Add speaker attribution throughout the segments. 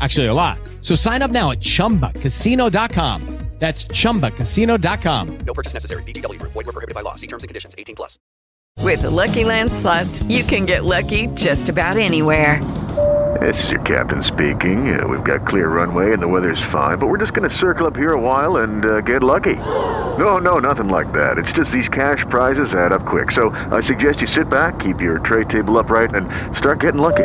Speaker 1: Actually, a lot. So sign up now at chumbacasino.com. That's chumbacasino.com.
Speaker 2: No purchase necessary. VGW Group. Void were prohibited by law. See terms and conditions. 18 plus.
Speaker 3: With the Lucky Land slots, you can get lucky just about anywhere.
Speaker 4: This is your captain speaking. Uh, we've got clear runway and the weather's fine, but we're just going to circle up here a while and uh, get lucky. No, no, nothing like that. It's just these cash prizes add up quick. So I suggest you sit back, keep your tray table upright, and start getting lucky.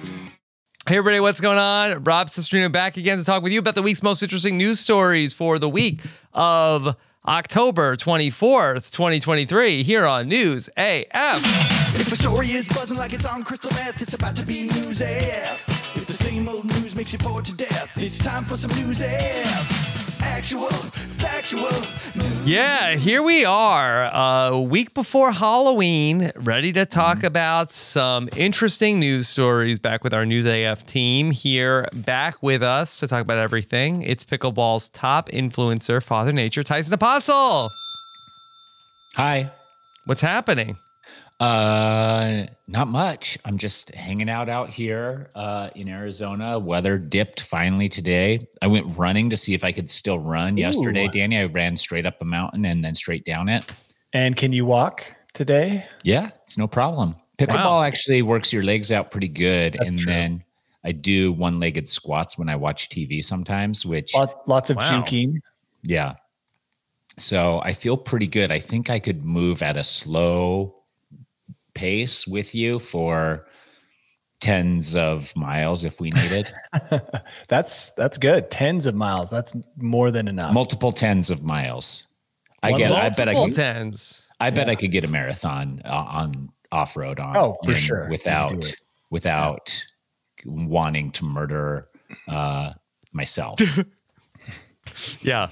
Speaker 5: Hey everybody, what's going on? Rob Sestrino back again to talk with you about the week's most interesting news stories for the week of October 24th, 2023, here on News AF.
Speaker 6: If the story is buzzing like it's on crystal meth, it's about to be news AF. If the same old news makes you bored to death, it's time for some news AF. Actual, factual news.
Speaker 5: Yeah, here we are, a week before Halloween, ready to talk about some interesting news stories. Back with our News AF team here, back with us to talk about everything. It's Pickleball's top influencer, Father Nature, Tyson Apostle.
Speaker 7: Hi.
Speaker 5: What's happening?
Speaker 7: Uh, not much. I'm just hanging out out here uh, in Arizona. Weather dipped finally today. I went running to see if I could still run yesterday, Danny. I ran straight up a mountain and then straight down it.
Speaker 8: And can you walk today?
Speaker 7: Yeah, it's no problem. Pickleball actually works your legs out pretty good.
Speaker 8: That's
Speaker 7: and
Speaker 8: true.
Speaker 7: then I do one legged squats when I watch TV sometimes, which,
Speaker 8: Lot, lots of
Speaker 5: Wow.
Speaker 8: juking.
Speaker 7: yeah. So I feel pretty good. I think I could move at a slow pace with you for tens of miles if we needed.
Speaker 8: That's that's good. Tens of miles. That's more than enough.
Speaker 7: multiple tens of miles. I
Speaker 8: One
Speaker 7: get. it. I bet I
Speaker 5: Multiple
Speaker 7: could.
Speaker 5: tens.
Speaker 7: I bet I could get a marathon uh, on off road on.
Speaker 8: Oh, for
Speaker 7: in
Speaker 8: sure. You could
Speaker 7: Without
Speaker 8: do it.
Speaker 7: without wanting to murder uh, myself.
Speaker 5: Yeah.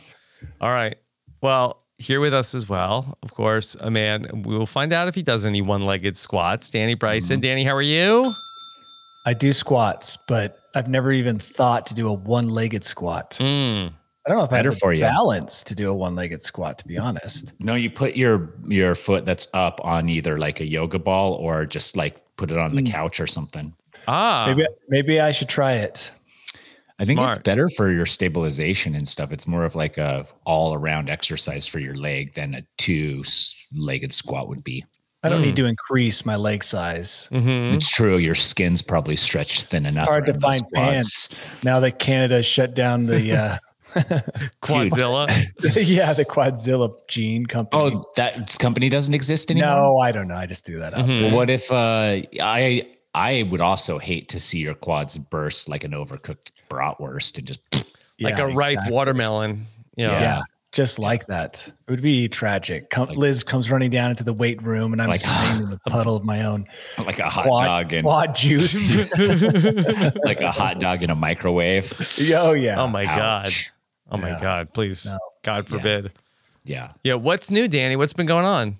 Speaker 5: All right. Well, here with us as well, of course, a man. We'll find out if he does any one legged squats. Danny Bryson. Danny, how are you?
Speaker 8: I do squats, but I've never even thought to do a one-legged squat.
Speaker 5: Mm.
Speaker 8: I don't know if I
Speaker 7: better
Speaker 8: have the
Speaker 7: for you.
Speaker 8: balance to do a one-legged squat. To be honest,
Speaker 7: no, you put your your foot that's up on either like a yoga ball or just like put it on
Speaker 8: Mm.
Speaker 7: the couch or something.
Speaker 5: Ah.
Speaker 8: maybe maybe I should try it.
Speaker 7: I think it's
Speaker 5: Smart.
Speaker 7: better for your stabilization and stuff. It's more of like a all around exercise for your leg than a two legged squat would be.
Speaker 8: I don't need to increase my leg size.
Speaker 5: Mhm.
Speaker 7: It's true. Your skin's probably stretched thin enough.
Speaker 8: Hmm? Hard to
Speaker 7: around
Speaker 8: find
Speaker 7: those
Speaker 8: pants now that Canada shut down the uh,
Speaker 5: Quadzilla.
Speaker 8: yeah the Quadzilla Gene company.
Speaker 7: Oh, that company doesn't exist anymore.
Speaker 8: no, I don't know. I just threw that up.
Speaker 7: Well, What if uh, I I would also hate to see your quads burst like an overcooked bratwurst and just
Speaker 5: like
Speaker 8: Yeah,
Speaker 5: a ripe
Speaker 8: exactly.
Speaker 5: watermelon.
Speaker 8: Yeah.
Speaker 5: Yeah.
Speaker 8: Just like that. It would be tragic. Come, Liz comes running down into the weight room and I'm
Speaker 7: Like-
Speaker 8: just laying in a puddle of my own
Speaker 7: like a hot
Speaker 8: quad,
Speaker 7: dog and
Speaker 8: quad juice.
Speaker 7: like a hot dog in a microwave.
Speaker 8: oh, yeah.
Speaker 5: Oh my god.
Speaker 7: Ouch.
Speaker 5: Oh my
Speaker 8: Yeah.
Speaker 5: god. Please.
Speaker 8: No.
Speaker 5: God
Speaker 7: Yeah.
Speaker 5: forbid.
Speaker 7: Yeah.
Speaker 5: Yeah. What's new, Danny? What's been going on?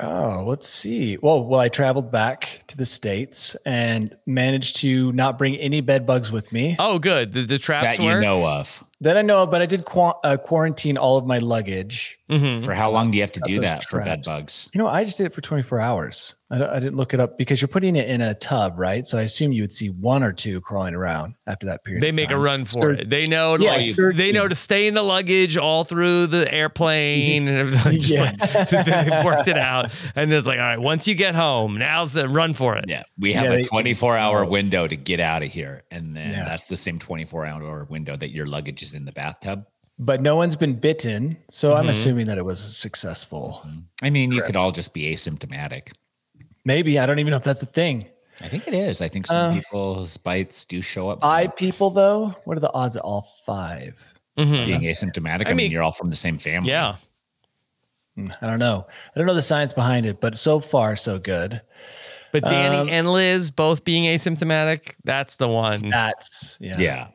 Speaker 8: Oh, let's see. Well, well, I traveled back to the States and managed to not bring any bed bugs with me
Speaker 5: Oh, good. The, the traps
Speaker 7: that
Speaker 5: were.
Speaker 7: you know of.
Speaker 8: that I know of, but I did qua- uh, quarantine all of my luggage.
Speaker 5: Mhm.
Speaker 7: For how long do you have to
Speaker 8: Mm-hmm. Got
Speaker 7: do
Speaker 8: those
Speaker 7: that for bed
Speaker 8: traps.
Speaker 7: bugs?
Speaker 8: You know, I just did it for 24 hours. I, don't- I didn't look it up because you're putting it in a tub, right? So I assume you would see one or two crawling around after that period.
Speaker 5: They
Speaker 8: of
Speaker 5: make a
Speaker 8: time.
Speaker 5: run for it. They know.
Speaker 8: Yeah,
Speaker 5: like,
Speaker 8: surgery.
Speaker 5: they know to stay in the luggage all through the airplane and everything. Just
Speaker 8: Yeah.
Speaker 5: like, they've worked it out, and it's like, all right, once you get home, now's the run for it.
Speaker 7: Yeah, we have
Speaker 8: Yeah,
Speaker 7: a
Speaker 8: they-
Speaker 7: 24 hour window to get out of here. And then
Speaker 8: Yeah.
Speaker 7: that's the same 24 hour window that your luggage is in the bathtub.
Speaker 8: But no one's been bitten. So I'm assuming that it was successful.
Speaker 7: I mean, you could all just be asymptomatic.
Speaker 8: Maybe. I don't even know if that's a thing.
Speaker 7: I think it is. I think
Speaker 8: Um,
Speaker 7: some people's bites do show up
Speaker 8: Five people, though. What are the odds of all five?
Speaker 5: Mhm.
Speaker 7: being asymptomatic. I, mean,
Speaker 5: mean-
Speaker 7: you're all from the same family.
Speaker 5: Yeah.
Speaker 8: I don't know. I don't know the science behind it, but so far so good.
Speaker 5: But Danny
Speaker 8: Um,
Speaker 5: and Liz both being asymptomatic, that's the one.
Speaker 8: That's yeah.
Speaker 7: Mm. Yeah.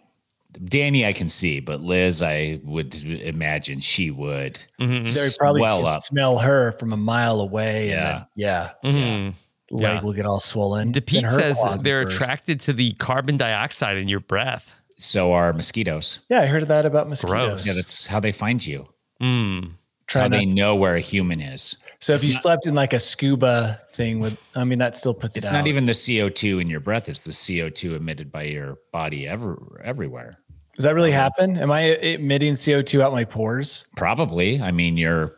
Speaker 7: Danny, I can see, but Liz, I would imagine she would.
Speaker 5: Mm-hmm.
Speaker 8: They probably
Speaker 7: Swell
Speaker 8: can
Speaker 7: up.
Speaker 8: smell her from a mile away, and then, yeah,
Speaker 5: Mhm.
Speaker 8: leg
Speaker 5: Yeah.
Speaker 8: will get all swollen. Then
Speaker 5: DePete
Speaker 8: her
Speaker 5: says
Speaker 8: quads will
Speaker 5: they're
Speaker 8: burst.
Speaker 5: attracted to the carbon dioxide in your breath.
Speaker 7: So are mosquitoes.
Speaker 8: Yeah, I heard that about mosquitoes.
Speaker 5: gross.
Speaker 7: Yeah, that's how they find you.
Speaker 5: Mm.
Speaker 7: That's
Speaker 8: Try
Speaker 7: how they
Speaker 8: not,
Speaker 7: know where a human is.
Speaker 8: so if you slept in like a scuba thing with, I mean, that still puts
Speaker 7: It's
Speaker 8: it out.
Speaker 7: not even the CO2 in your breath, it's the CO2 emitted by your body ever everywhere.
Speaker 8: Does that really happen? Am I eh, emitting CO two out my pores?
Speaker 7: Probably. I mean, you're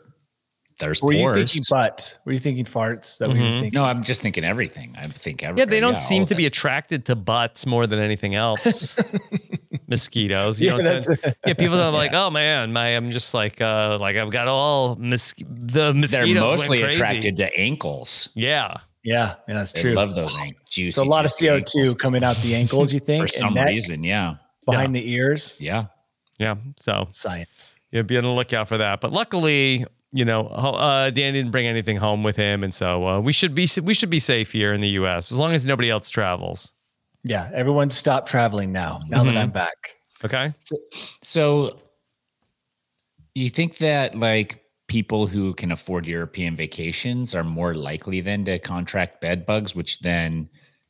Speaker 7: there's
Speaker 8: Were you
Speaker 7: pores.
Speaker 8: thinking butt? Were you thinking farts? That we were thinking.
Speaker 7: Mm-hmm. no, I'm just thinking everything. I think everything.
Speaker 5: Yeah, they don't seem to be
Speaker 7: A-
Speaker 5: attracted to butts more than anything else. Mosquitoes, you
Speaker 8: Yeah,
Speaker 5: know.
Speaker 8: that's-
Speaker 5: Yeah, people are like, "Oh man, my I'm just like, uh, like I've got all mos- the
Speaker 7: They're
Speaker 5: mosquitoes." went
Speaker 7: mostly
Speaker 5: crazy."
Speaker 7: attracted to ankles.
Speaker 5: Yeah,
Speaker 8: Yeah, yeah, that's
Speaker 7: They
Speaker 8: true.
Speaker 7: love those an- juicy.
Speaker 8: so a lot of
Speaker 7: juicy
Speaker 8: CO two
Speaker 7: ankles
Speaker 8: coming out the ankles. You think
Speaker 7: for
Speaker 8: and
Speaker 7: some
Speaker 8: neck,
Speaker 7: reason. Yeah,
Speaker 8: behind the ears?
Speaker 7: yeah.
Speaker 5: yeah. So
Speaker 8: Science.
Speaker 5: yeah, be on the lookout for that. But luckily, you know, ho- uh, Dan didn't bring anything home with him, and so uh, we should be we should be safe here in the U.S. as long as nobody else travels.
Speaker 8: Yeah, everyone stopped traveling now. Now that I'm
Speaker 7: Mm-hmm.
Speaker 8: back,
Speaker 5: Okay.
Speaker 7: So, you think that like people who can afford European vacations are more likely then to contract bed bugs, which then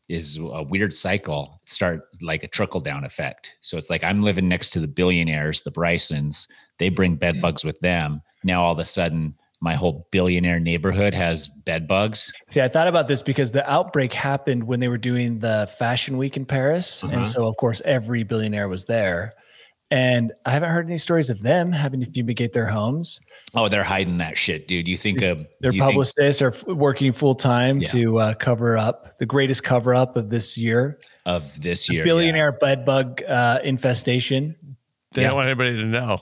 Speaker 7: is a weird cycle, start like a trickle down effect. So it's like I'm living next to the billionaires, the Brysons. They bring bed bugs with them. Now all of a sudden, my whole billionaire neighborhood has bed bugs.
Speaker 8: see, I thought about this because the outbreak happened when they were doing the fashion week in Paris,
Speaker 7: Mm-hmm.
Speaker 8: and so of course every billionaire was there. And I haven't heard any stories of them having to fumigate their homes.
Speaker 7: Oh, they're hiding that shit, dude. You think a
Speaker 8: Their
Speaker 7: you think-
Speaker 8: publicists are f- working full time
Speaker 7: Yeah.
Speaker 8: to uh, cover up the greatest cover up of this year:
Speaker 7: of this year? yeah.
Speaker 8: billionaire bed bug uh, infestation.
Speaker 5: They
Speaker 7: Yeah.
Speaker 5: don't want anybody to know.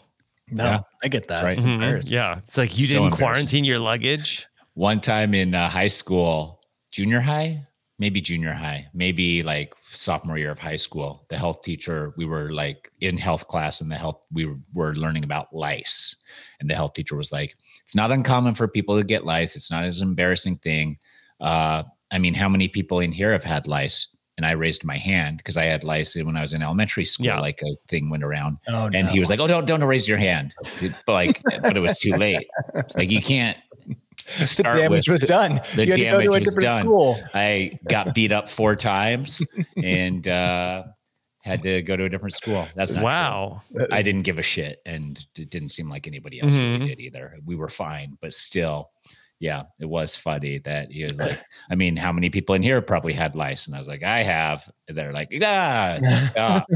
Speaker 8: No,
Speaker 7: Yeah.
Speaker 8: I get that.
Speaker 7: Right. Mm-hmm.
Speaker 8: It's
Speaker 5: Mhm.
Speaker 8: embarrassing.
Speaker 5: Yeah, it's like you
Speaker 7: So
Speaker 5: didn't
Speaker 7: embarrassing.
Speaker 5: quarantine your luggage.
Speaker 7: one time in uh, high school, junior high, maybe junior high, maybe like sophomore year of high school, the health teacher, we were like in health class and the health, we were learning about lice. And the health teacher was like, it's not uncommon for people to get lice. It's not as embarrassing thing. Uh, I mean, how many people in here have had lice? And I raised my hand because I had lice when I was in elementary school,
Speaker 5: Yeah.
Speaker 7: like a thing went around
Speaker 8: Oh,
Speaker 7: and he was like, "Oh, don't don't raise your hand." It's like, but it was too late. It's like you can't.
Speaker 8: the
Speaker 7: start
Speaker 8: damage
Speaker 7: with-
Speaker 8: was done.
Speaker 7: The
Speaker 8: you had to
Speaker 7: damage
Speaker 8: go to a
Speaker 7: was
Speaker 8: different
Speaker 7: done.
Speaker 8: school.
Speaker 7: I got beat up four times and uh, had to go to a different school. That's not
Speaker 5: Wow.
Speaker 7: true. I didn't give a shit, and it didn't seem like anybody else
Speaker 5: Mhm.
Speaker 8: Mm-hmm.
Speaker 7: really did either. We were fine, but still. Yeah, it was funny that he was like, I mean, how many people in here probably had lice? And I was like, I have. And they're like, ah, stop.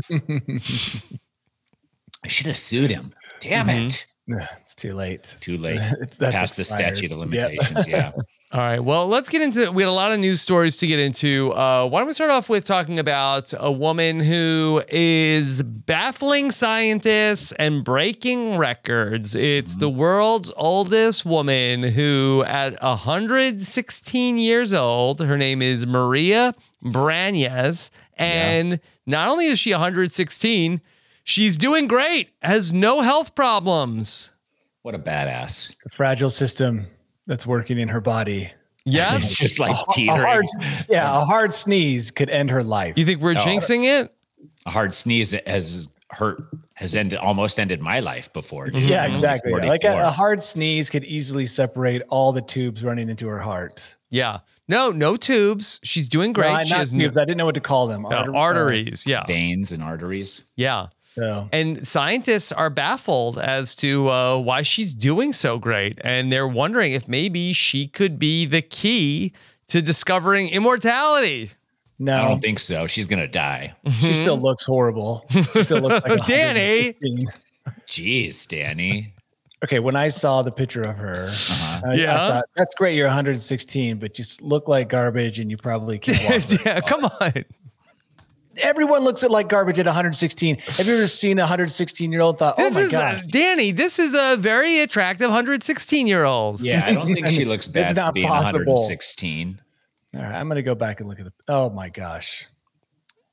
Speaker 7: I should have sued him. Damn it.
Speaker 8: It's too late.
Speaker 7: Too late.
Speaker 8: Mm-hmm. It's- that's
Speaker 7: Past
Speaker 8: expired.
Speaker 7: the statute of
Speaker 8: Yep.
Speaker 7: limitations. Yeah.
Speaker 5: All right. Well, let's get into. We had a lot of news stories to get into. Uh, why don't we start off with talking about a woman who is baffling scientists and breaking records? It's the world's oldest woman who, at 116 years old, her name is Maria Branyes. And not only is she 116, she's doing great, has no health problems.
Speaker 7: What a badass.
Speaker 8: It's a fragile system that's working in her body.
Speaker 5: Yes.
Speaker 7: It's just like
Speaker 8: A
Speaker 7: teetering.
Speaker 8: hard, yeah, a hard sneeze could end her life.
Speaker 5: You think we're jinxing it?
Speaker 7: a hard sneeze that has hurt has ended almost ended my life before.
Speaker 8: Mm-hmm. Yeah, exactly. Like a,
Speaker 7: 44.
Speaker 8: a hard sneeze could easily separate all the tubes running into her heart.
Speaker 5: Yeah. No, no tubes. She's doing great.
Speaker 8: Not-
Speaker 5: she
Speaker 8: not
Speaker 5: has no,
Speaker 8: tubes. I didn't know what to call them.
Speaker 5: no,
Speaker 8: Arter-
Speaker 5: arteries. Yeah.
Speaker 7: veins and arteries.
Speaker 5: Yeah.
Speaker 8: So
Speaker 5: And scientists are baffled as to uh, why she's doing so great. And they're wondering if maybe she could be the key to discovering immortality.
Speaker 7: I
Speaker 8: no,
Speaker 5: Oh.
Speaker 7: don't think so. She's gonna die.
Speaker 8: she still looks horrible. She still looks like
Speaker 5: Danny!
Speaker 8: 116.
Speaker 7: Jeez, Danny.
Speaker 8: Okay, when I saw the picture of her, I- I
Speaker 5: Uh-huh. Yeah.
Speaker 8: thought, that's great. You're 116, but you s- look like garbage, and you probably can't. Walk very
Speaker 5: yeah, come on.
Speaker 8: Everyone looks at like garbage at 116. Have you ever seen a 116 year old? Thought, oh
Speaker 5: This
Speaker 8: my
Speaker 5: is uh,
Speaker 8: god,
Speaker 5: Danny. This is a very attractive 116 year old.
Speaker 7: Yeah, I don't think she looks bad
Speaker 8: It's
Speaker 7: for
Speaker 8: not
Speaker 7: being
Speaker 8: possible.
Speaker 7: 116.
Speaker 8: All right, I'm gonna go back and look at the. Oh my gosh,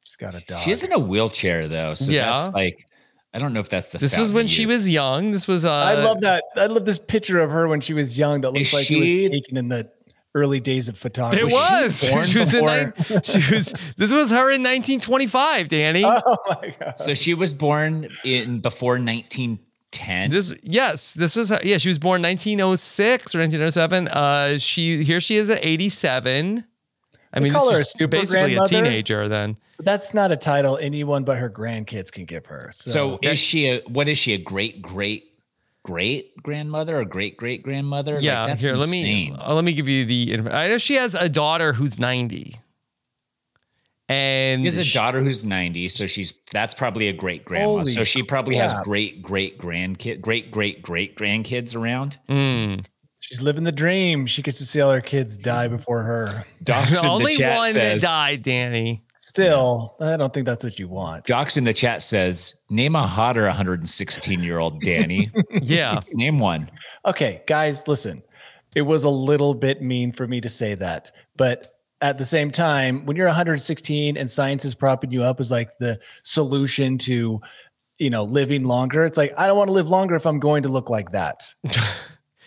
Speaker 8: she's got a dog.
Speaker 7: She is in a wheelchair though, so
Speaker 5: Yeah.
Speaker 7: that's like I don't know if that's the.
Speaker 5: This was
Speaker 7: fountain
Speaker 5: when
Speaker 7: of
Speaker 5: she
Speaker 7: youth.
Speaker 5: was young. This was. Uh,
Speaker 8: I love that. I love this picture of her when she was young. That looks
Speaker 7: Is
Speaker 8: like it
Speaker 7: she-
Speaker 8: was taken in the early days of photography.
Speaker 5: It was. She,
Speaker 8: born
Speaker 5: was in.
Speaker 8: before-
Speaker 5: nine- She was. This was her in 1925, Danny.
Speaker 8: Oh my god.
Speaker 7: So she was born in before 1910.
Speaker 5: This yes, this was her- yeah. She was born 1906 or 1907. Uh, she here she is at 87. I mean,
Speaker 8: call
Speaker 5: this
Speaker 8: her
Speaker 5: was
Speaker 8: a super
Speaker 5: basically a
Speaker 8: grandmother?
Speaker 5: teenager then.
Speaker 8: That's not a title anyone but her grandkids can give her. So,
Speaker 5: Oh,
Speaker 7: so is she a what is she a great great great grandmother or great great grandmother? Like,
Speaker 5: yeah,
Speaker 7: that's
Speaker 5: here let
Speaker 7: insane.
Speaker 5: me uh, let me give you the. inf- I know she has a daughter who's 90, and
Speaker 7: She has a
Speaker 5: she-
Speaker 7: daughter who's 90, so she's that's probably a great grandma.
Speaker 8: Holy
Speaker 7: So she probably
Speaker 8: crap.
Speaker 7: has great great grandkid, great great great grandkids around.
Speaker 5: Mm.
Speaker 8: she's living the dream. She gets to see all her kids die
Speaker 5: Mm-hmm.
Speaker 8: before her.
Speaker 7: Doc's in the
Speaker 5: only
Speaker 7: chat
Speaker 5: one
Speaker 7: says-
Speaker 5: that died, Danny.
Speaker 8: Still, I don't think that's what you want.
Speaker 7: Docs in the chat says, name a hotter 116 year old Danny.
Speaker 5: Yeah,
Speaker 7: name one.
Speaker 8: Okay, guys, listen. It was a little bit mean for me to say that, but at the same time, when you're 116 and science is propping you up as like the solution to, you know, living longer, it's like I don't want to live longer if I'm going to look like that.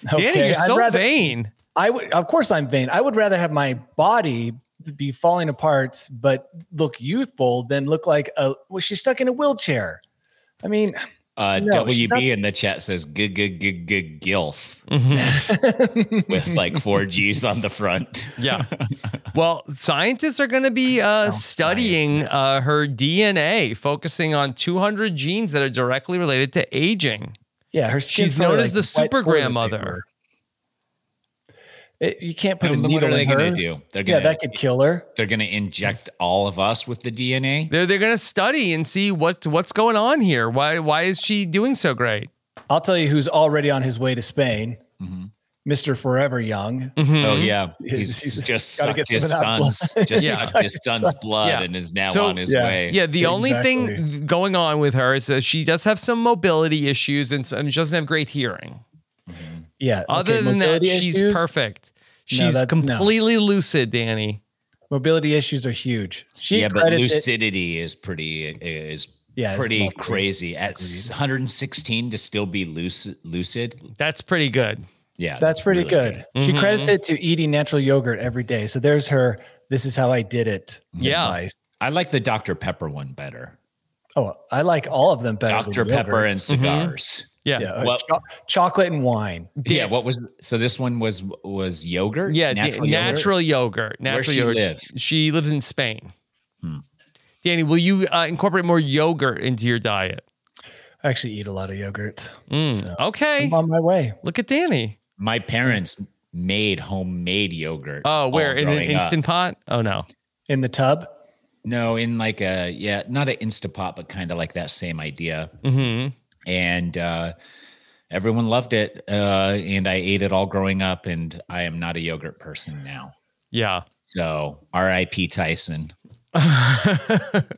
Speaker 5: Danny, you're
Speaker 8: I'd
Speaker 5: so
Speaker 8: rather-
Speaker 5: vain.
Speaker 8: I would, of course, I'm vain. I would rather have my body be falling apart but look youthful than look like a. Well, she's stuck in a wheelchair. I mean,
Speaker 7: Uh,
Speaker 8: No,
Speaker 7: WB
Speaker 8: she's not-
Speaker 7: in the chat says, "Gig gig gig gig gilf with like four G's on the front.
Speaker 5: Yeah. Well, scientists are going to be uh, studying uh, her DNA, focusing on 200 genes that are directly related to aging.
Speaker 8: yeah, her skin's
Speaker 5: She's known
Speaker 8: probably
Speaker 5: as the
Speaker 8: like wet
Speaker 5: super
Speaker 8: toilet
Speaker 5: grandmother.
Speaker 8: paper. It- you can't put a
Speaker 7: And what
Speaker 8: needle
Speaker 7: are they
Speaker 8: in her.
Speaker 7: going to do? They're
Speaker 8: Yeah,
Speaker 7: going
Speaker 8: that
Speaker 7: to
Speaker 8: could kill her.
Speaker 7: they're going to inject all of us with the DNA.
Speaker 5: They're they're going to study and see what what's going on here. Why why is she doing so great?
Speaker 8: I'll tell you who's already on his way to Spain.
Speaker 7: Mm-hmm.
Speaker 8: Mister Forever Young.
Speaker 5: Mm-hmm.
Speaker 7: Oh yeah, he's,
Speaker 8: Mm-hmm. He's
Speaker 7: just
Speaker 8: gotta
Speaker 7: sucked
Speaker 8: get
Speaker 7: his
Speaker 8: some of that
Speaker 7: son's
Speaker 8: blood.
Speaker 7: just
Speaker 5: Yeah.
Speaker 7: sucked his son's blood
Speaker 5: Yeah.
Speaker 7: and is now
Speaker 5: So-
Speaker 7: on his
Speaker 8: Yeah.
Speaker 7: way.
Speaker 5: Yeah, the only
Speaker 8: Exactly.
Speaker 5: thing going on with her is that she does have some mobility issues and some, she doesn't have great hearing.
Speaker 8: Yeah.
Speaker 5: Other
Speaker 8: okay,
Speaker 5: than that,
Speaker 8: mobility
Speaker 5: she's
Speaker 8: issues-
Speaker 5: perfect. She's
Speaker 8: that's- no.
Speaker 5: completely lucid, Danny.
Speaker 8: Mobility issues are huge. She
Speaker 7: yeah, but
Speaker 8: credits it-
Speaker 7: lucidity is pretty is
Speaker 8: Yeah, it's
Speaker 7: pretty
Speaker 8: lovely.
Speaker 7: crazy at 116 to still be lucid. Lucid,
Speaker 5: That's pretty good.
Speaker 7: yeah,
Speaker 8: That's pretty
Speaker 7: really
Speaker 8: good.
Speaker 7: Mm-hmm,
Speaker 8: She credits it to eating natural yogurt every day. So there's her. This is how I did it.
Speaker 5: Yeah.
Speaker 8: advice.
Speaker 7: I like the Dr Pepper one better.
Speaker 8: Oh, I like all of them better.
Speaker 7: Dr
Speaker 8: than yogurt.
Speaker 7: Pepper and cigars.
Speaker 5: Yeah.
Speaker 8: yeah, uh,
Speaker 7: Well-
Speaker 8: cho- chocolate and wine.
Speaker 7: Yeah, what was so? This one was was yogurt.
Speaker 5: Yeah,
Speaker 7: natural.
Speaker 5: natural,
Speaker 7: yogurt?
Speaker 5: natural yogurt. Natural
Speaker 7: she
Speaker 5: yogurt.
Speaker 7: live? Hmm.
Speaker 5: She lives in Spain. Danny, will you uh, incorporate more yogurt into your diet? Hmm,
Speaker 8: I actually eat a lot of yogurt.
Speaker 5: Okay.
Speaker 8: I'm on my way.
Speaker 5: Look at Danny.
Speaker 7: My parents made homemade yogurt.
Speaker 5: Oh,
Speaker 7: all
Speaker 5: where in an
Speaker 7: growing up.
Speaker 5: instant pot? Oh no.
Speaker 8: In the tub.
Speaker 7: No, in like a yeah, not an Instapot, but kind of like that same idea.
Speaker 5: hmm
Speaker 7: And uh, everyone loved it, uh, and I ate it all growing up. And I am not a yogurt person now.
Speaker 5: Yeah.
Speaker 7: So R.I.P. Tyson.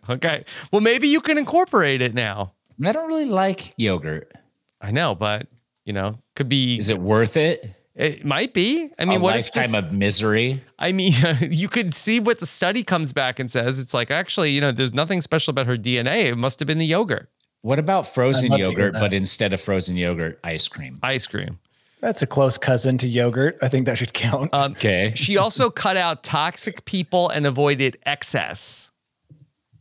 Speaker 5: Okay. Well, maybe you can incorporate it now.
Speaker 7: I don't really like yogurt.
Speaker 5: I know, but you know, could be.
Speaker 7: Is it worth it?
Speaker 5: It might be. I
Speaker 7: I mean,
Speaker 5: mean,
Speaker 7: a
Speaker 5: what if
Speaker 7: lifetime
Speaker 5: this-
Speaker 7: of misery.
Speaker 5: I mean, you could see what the study comes back and says. It's like actually, you know, there's nothing special about her DNA. It must have been the yogurt,
Speaker 7: What about frozen
Speaker 8: love to hear
Speaker 7: yogurt,
Speaker 8: that.
Speaker 7: but instead of frozen yogurt, ice cream?
Speaker 5: ice cream.
Speaker 8: That's a close cousin to yogurt. I think that should count.
Speaker 7: Okay.
Speaker 5: She also cut out toxic people and avoided excess.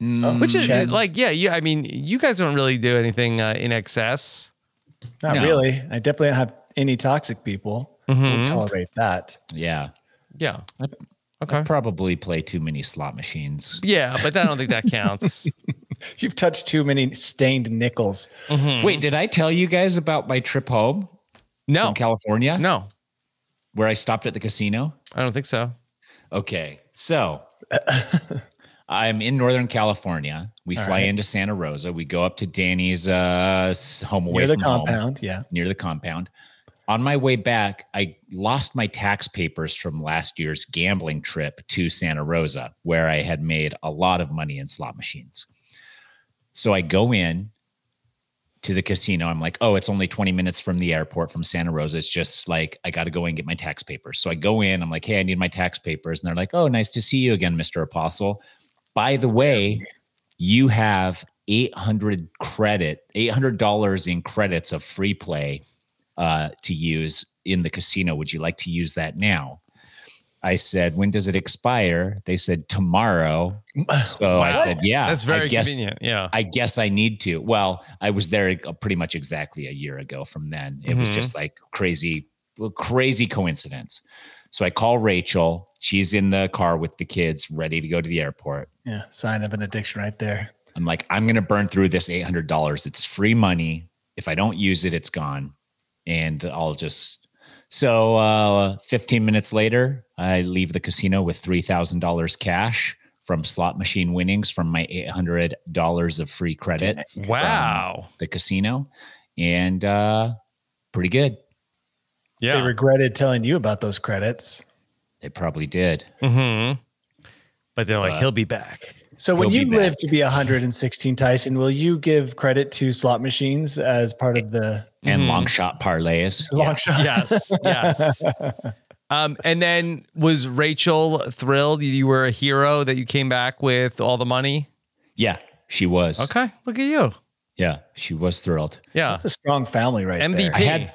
Speaker 5: Which is
Speaker 8: Okay.
Speaker 5: like, yeah, yeah. I mean, you guys don't really do anything uh, in excess.
Speaker 8: Not
Speaker 7: no.
Speaker 8: really. I definitely don't have any toxic people.
Speaker 7: Mm-hmm.
Speaker 8: who Tolerate that.
Speaker 7: Yeah.
Speaker 5: Yeah.
Speaker 7: I
Speaker 5: Okay.
Speaker 7: probably play too many slot machines.
Speaker 5: Yeah, but I don't think that counts.
Speaker 8: You've touched too many stained nickels.
Speaker 5: Hmm.
Speaker 7: Wait, did I tell you guys about my trip home
Speaker 5: No.
Speaker 7: from California
Speaker 5: No,
Speaker 7: where I stopped at the casino?
Speaker 5: I don't think so.
Speaker 7: Okay. So I'm in Northern California. We fly into Santa Rosa. We go up to Danny's uh, s- home away
Speaker 8: Near the
Speaker 7: from home,
Speaker 8: compound. Yeah.
Speaker 7: near the compound. On my way back, I lost my tax papers from last year's gambling trip to Santa Rosa, where I had made a lot of money in slot machines. So I go in to the casino. I'm like, oh, it's only 20 minutes from the airport from Santa Rosa. It's just like, I got to go and get my tax papers. So I go in, I'm like, hey, I need my tax papers. And they're like, oh, nice to see you again, Mr. Apostle. By the way, you have 800 credit, $800 in credits of free play uh, to use in the casino. Would you like to use that now? I said, when does it expire? They said tomorrow. So I said, yeah,
Speaker 5: That's
Speaker 7: Ah, I
Speaker 5: very
Speaker 7: guess-
Speaker 5: convenient. Yeah.
Speaker 7: I guess I need to. Well, I was there uh, pretty much exactly a year ago from then. It was just like crazy, well, crazy coincidence. So I call Rachel. She's in the car with the kids, ready to go to the airport.
Speaker 8: Yeah. Sign of an addiction right there.
Speaker 7: I'm like, I'm going to burn through this $800. It's free money. If I don't use it, it's gone. And I'll just. So uh, 15 minutes later, I leave the casino with $3,000 cash from slot machine winnings from my $800 of free credit. from
Speaker 5: wow.
Speaker 7: The casino. And uh, pretty good.
Speaker 5: Yeah.
Speaker 8: They regretted telling you about those credits.
Speaker 7: They probably did.
Speaker 5: mm-hmm. But they're like, he'll be back.
Speaker 8: So when
Speaker 7: He'll
Speaker 8: you
Speaker 7: be
Speaker 8: live
Speaker 7: back.
Speaker 8: to be 116 Tyson, will you give credit to slot machines as part of the
Speaker 7: And long shot parlays.
Speaker 8: Mm-hmm. long shot?
Speaker 5: Yes. Yes. Um, and then was Rachel thrilled you were a hero that you came back with all the money?
Speaker 7: Yeah, she was.
Speaker 5: Okay. Look at you.
Speaker 7: Yeah, she was thrilled.
Speaker 5: Yeah.
Speaker 8: That's a strong family right
Speaker 5: MVP.
Speaker 8: there.
Speaker 7: I had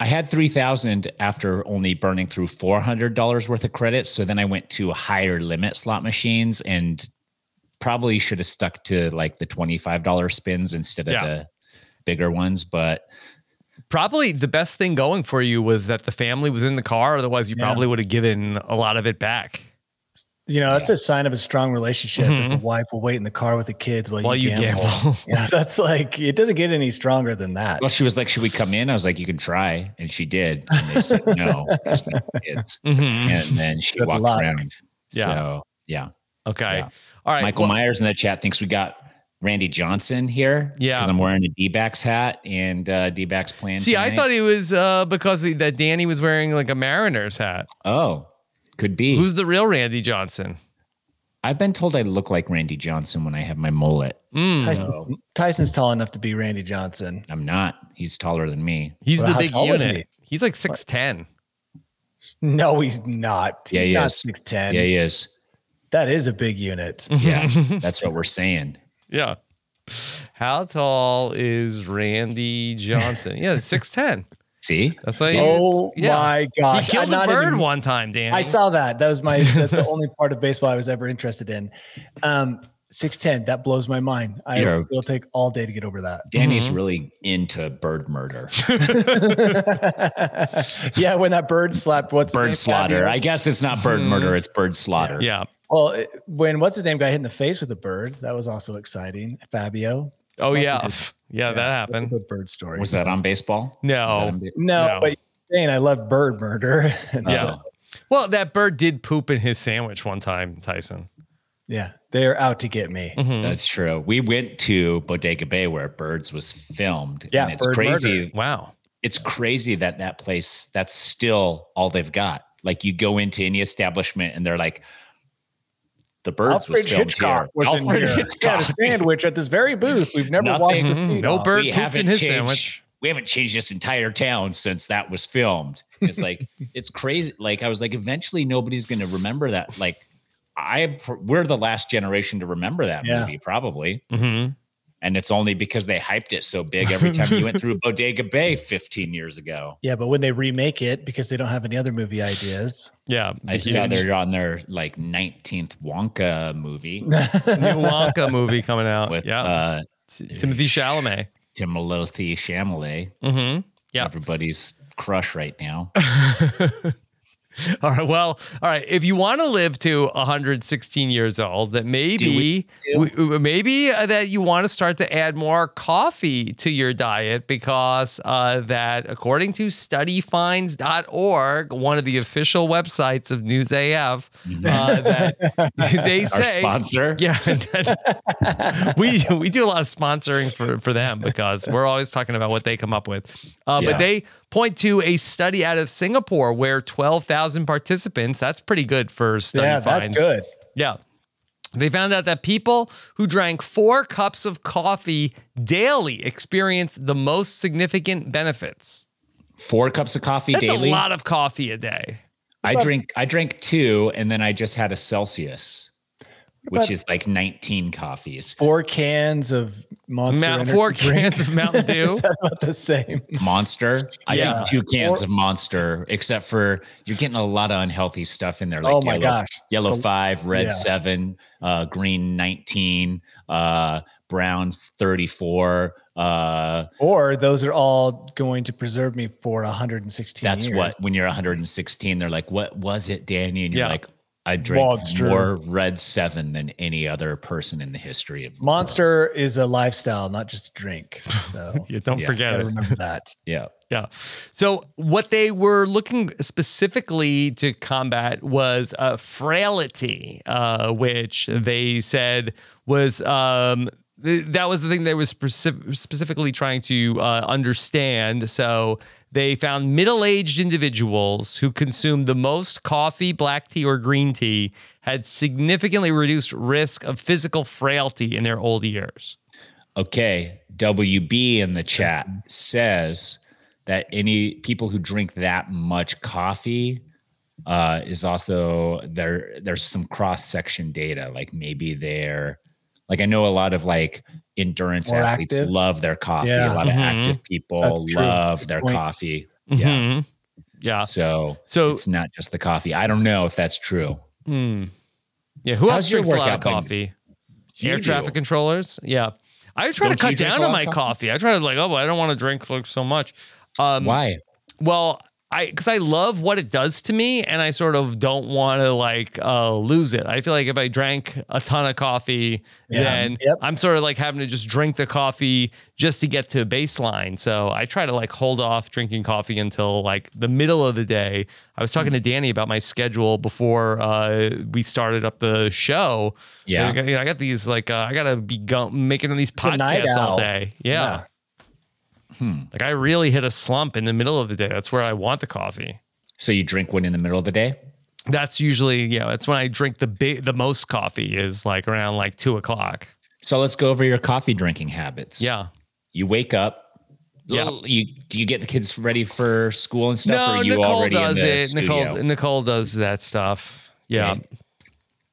Speaker 7: I had three thousand after only burning through four hundred dollars worth of credits. So then I went to higher limit slot machines and probably should have stuck to like the twenty five dollar spins instead of
Speaker 5: Yeah.
Speaker 7: the bigger ones. But
Speaker 5: Probably the best thing going for you was that the family was in the car. Otherwise, you probably would have given a lot of it back
Speaker 8: You know, that's a sign of a strong relationship. If a wife will wait in the car with the kids while,
Speaker 5: while
Speaker 8: you, gamble. Yeah, that's like it doesn't get any stronger than that.
Speaker 7: well, she was like, "Should we come in?" I was like, "You can try," and she did. And they said, "No," because they're kids. and then she
Speaker 8: Good
Speaker 7: walked
Speaker 8: luck.
Speaker 7: around.
Speaker 5: Mm-hmm. Yeah.
Speaker 7: So yeah,
Speaker 5: okay.
Speaker 7: Yeah.
Speaker 5: All right.
Speaker 7: Michael
Speaker 5: well,
Speaker 7: Myers in the chat thinks we got. Randy Johnson here.
Speaker 5: Yeah.
Speaker 7: Because I'm wearing a D backs hat and uh, D backs playing.
Speaker 5: See, I
Speaker 7: tonight.
Speaker 5: thought it was uh, because he- that Danny was wearing like a Mariners hat.
Speaker 7: Oh, could be.
Speaker 5: Who's the real Randy Johnson?
Speaker 7: I've been told I look like Randy Johnson when I have my mullet.
Speaker 5: Mm.
Speaker 8: Tyson's, Tyson's tall enough to be Randy Johnson.
Speaker 7: I'm not. He's taller than me.
Speaker 5: He's
Speaker 8: Well,
Speaker 5: the
Speaker 8: how
Speaker 5: big
Speaker 8: tall is
Speaker 5: unit. He's like six ten.
Speaker 8: No, he's not.
Speaker 7: Yeah,
Speaker 8: he's
Speaker 7: he
Speaker 8: not
Speaker 7: is.
Speaker 8: 6'10.
Speaker 7: yeah, he is.
Speaker 8: That is a big unit.
Speaker 7: Yeah, that's what we're saying.
Speaker 5: Yeah. How tall is Randy Johnson? Yeah, six ten.
Speaker 7: See,
Speaker 5: That's like
Speaker 8: Oh my gosh.
Speaker 5: He killed a
Speaker 8: I'm not
Speaker 5: bird
Speaker 8: even-
Speaker 5: one time, Danny.
Speaker 8: I saw that. That was my that's the only part of baseball I was ever interested in. Um 6'10, that blows my mind. I
Speaker 7: You're-
Speaker 8: will take all day to get over that.
Speaker 7: Danny's
Speaker 5: Mm-hmm.
Speaker 7: really into bird murder,
Speaker 8: Yeah, when that bird slapped what's his name,
Speaker 7: bird slaughter.
Speaker 8: Fabio?
Speaker 7: I guess it's not bird murder; it's bird slaughter.
Speaker 5: Mm-hmm. Yeah.
Speaker 8: well, it- when what's his name got hit in the face with a bird, that was also exciting. Fabio.
Speaker 5: Oh
Speaker 8: Lots of
Speaker 5: yeah.
Speaker 8: good-
Speaker 5: yeah. that happened.
Speaker 8: The bird story.
Speaker 7: Was that on baseball?
Speaker 5: No.
Speaker 7: Was that on ba-
Speaker 8: no,
Speaker 5: No.
Speaker 8: but you're saying I love bird murder. And so-
Speaker 5: Yeah. Well, that bird did poop in his sandwich one time, Tyson.
Speaker 8: yeah. They're out to get me.
Speaker 7: That's true. We went to Bodega Bay where Birds was filmed.
Speaker 8: Yeah,
Speaker 7: and it's
Speaker 8: Bird
Speaker 7: crazy.
Speaker 8: Murder.
Speaker 5: Wow.
Speaker 7: it's crazy that that place that's still all they've got. Like you go into any establishment and they're like, "The Birds was
Speaker 8: Alfred
Speaker 7: filmed
Speaker 8: Hitchcock
Speaker 7: here."
Speaker 8: was
Speaker 7: Alfred
Speaker 8: in here. We had
Speaker 7: Hitchcock.
Speaker 8: a sandwich at this very booth. We've never watched
Speaker 7: Nothing.
Speaker 8: this.
Speaker 5: Mm-hmm. No bird
Speaker 7: We
Speaker 5: pooped in
Speaker 7: haven't
Speaker 5: his
Speaker 7: changed.
Speaker 5: sandwich.
Speaker 7: we haven't changed this entire town since that was filmed. It's like it's crazy. Like I was like, eventually nobody's going to remember that. Like I, pr- we're the last generation to remember that
Speaker 8: Yeah.
Speaker 7: movie, probably.
Speaker 5: Mm-hmm.
Speaker 7: And it's only because they hyped it so big every time you went through Bodega Bay 15 years ago.
Speaker 8: Yeah, but when they remake it because they don't have any other movie ideas.
Speaker 5: Yeah.
Speaker 7: I saw they're on their like 19th Wonka movie
Speaker 5: new Wonka movie coming out.
Speaker 7: with
Speaker 5: yeah.
Speaker 7: uh,
Speaker 5: T- Timothy Chalamet.
Speaker 7: Timothy Chalamet,
Speaker 5: Mm-hmm. Yeah.
Speaker 7: everybody's crush right now.
Speaker 5: All right. Well, all right. If you want to live to 116 years old, that maybe w- maybe uh, that you want to start to add more coffee to your diet because uh, that, according to studyfinds.org, one of the official websites of News AF, uh, that they
Speaker 7: Mm-hmm. Our
Speaker 5: say
Speaker 7: sponsor.
Speaker 5: yeah, that- we we do a lot of sponsoring for for them because we're always talking about what they come up with. Uh,
Speaker 7: Yeah.
Speaker 5: But they point to a study out of Singapore where twelve thousand participants. That's pretty good for study
Speaker 8: yeah,
Speaker 5: finds.
Speaker 8: that's good.
Speaker 5: Yeah. They found out that people who drank four cups of coffee daily experienced the most significant benefits.
Speaker 7: Four cups of coffee
Speaker 5: That's
Speaker 7: daily.
Speaker 5: a lot of coffee a day.
Speaker 7: I drink I drank two and then I just had a Celsius, which is like 19 coffees.
Speaker 8: Four cans of Monster.
Speaker 5: Mount-
Speaker 8: Energy
Speaker 5: four
Speaker 8: drink.
Speaker 5: cans of Mountain Dew.
Speaker 8: Is that about the same?
Speaker 7: Monster. I
Speaker 8: Yeah.
Speaker 7: think two cans
Speaker 8: Or-
Speaker 7: of Monster, except for you're getting a lot of unhealthy stuff in there. Like
Speaker 8: Oh my
Speaker 7: yellow,
Speaker 8: gosh.
Speaker 7: Yellow
Speaker 8: The-
Speaker 7: five, red
Speaker 8: yeah.
Speaker 7: seven, uh, green 19, uh, brown 34. Uh,
Speaker 8: Or those are all going to preserve me for 116
Speaker 7: that's
Speaker 8: years.
Speaker 7: what when you're 116, they're like, What was it, Danny? And you're
Speaker 5: Yeah.
Speaker 7: like, I drank
Speaker 8: Monster.
Speaker 7: more red seven than any other person in the history of
Speaker 8: Monster is a lifestyle, not just a drink. So
Speaker 5: Yeah, don't
Speaker 7: Yeah.
Speaker 5: forget
Speaker 8: gotta
Speaker 5: it.
Speaker 8: remember that.
Speaker 7: yeah.
Speaker 5: Yeah. So what they were looking specifically to combat was uh, frailty, uh, which they said was um, th- that was the thing they were speci- specifically trying to uh, understand. So they found middle-aged individuals who consumed the most coffee, black tea, or green tea had significantly reduced risk of physical frailty in their old years.
Speaker 7: Okay, WB in the chat says that any people who drink that much coffee uh, is also there. There's some cross section data, like maybe they're like I know a lot of like endurance
Speaker 8: More
Speaker 7: athletes
Speaker 8: active?
Speaker 7: love their coffee.
Speaker 8: Yeah.
Speaker 7: A lot of
Speaker 5: Mhm.
Speaker 7: active people
Speaker 8: That's true.
Speaker 7: love
Speaker 8: Good
Speaker 7: their
Speaker 8: point.
Speaker 7: coffee. Yeah,
Speaker 5: Mhm. Yeah.
Speaker 7: so
Speaker 5: So
Speaker 7: it's not just the coffee. I don't know if that's true.
Speaker 5: Hmm. Yeah. Who
Speaker 7: How's
Speaker 5: else
Speaker 7: your
Speaker 5: drinks a lot of
Speaker 7: workout when-
Speaker 5: coffee?
Speaker 7: You
Speaker 5: Air traffic
Speaker 7: do.
Speaker 5: controllers. Yeah. I try
Speaker 7: Don't
Speaker 5: to cut
Speaker 7: you drink
Speaker 5: down
Speaker 7: a
Speaker 5: on
Speaker 7: lot
Speaker 5: my
Speaker 7: of
Speaker 5: coffee.
Speaker 7: coffee?
Speaker 5: I try to like, oh, well, I don't want to drink like so much. Um,
Speaker 7: Why?
Speaker 5: Well, I because I love what it does to me, and I sort of don't want to like uh, lose it. I feel like if I drank a ton of coffee,
Speaker 8: Yeah.
Speaker 5: then
Speaker 8: Yep.
Speaker 5: I'm sort of like having to just drink the coffee just to get to baseline. So I try to like hold off drinking coffee until like the middle of the day. I was talking to
Speaker 8: Mm.
Speaker 5: Danny about my schedule before uh, we started up the show.
Speaker 7: Yeah.
Speaker 5: I got, you know, I got these like uh, I gotta be go- making these
Speaker 8: a night
Speaker 5: podcasts all
Speaker 8: owl.
Speaker 5: day. yeah. Like I really hit a slump in the middle of the day. That's where I want the coffee.
Speaker 7: So you drink one in the middle of the day?
Speaker 5: That's usually yeah. That's when I drink the big, the most coffee is like around like two o'clock.
Speaker 7: So let's go over your coffee drinking habits.
Speaker 5: Yeah.
Speaker 7: you wake up.
Speaker 5: Yeah.
Speaker 7: Well, You do you get the kids ready for school and stuff? or
Speaker 5: no,
Speaker 7: are you
Speaker 5: Nicole
Speaker 7: already
Speaker 5: does
Speaker 7: in the
Speaker 5: it.
Speaker 7: studio?
Speaker 5: Nicole Nicole does that stuff. Yeah.
Speaker 7: Okay.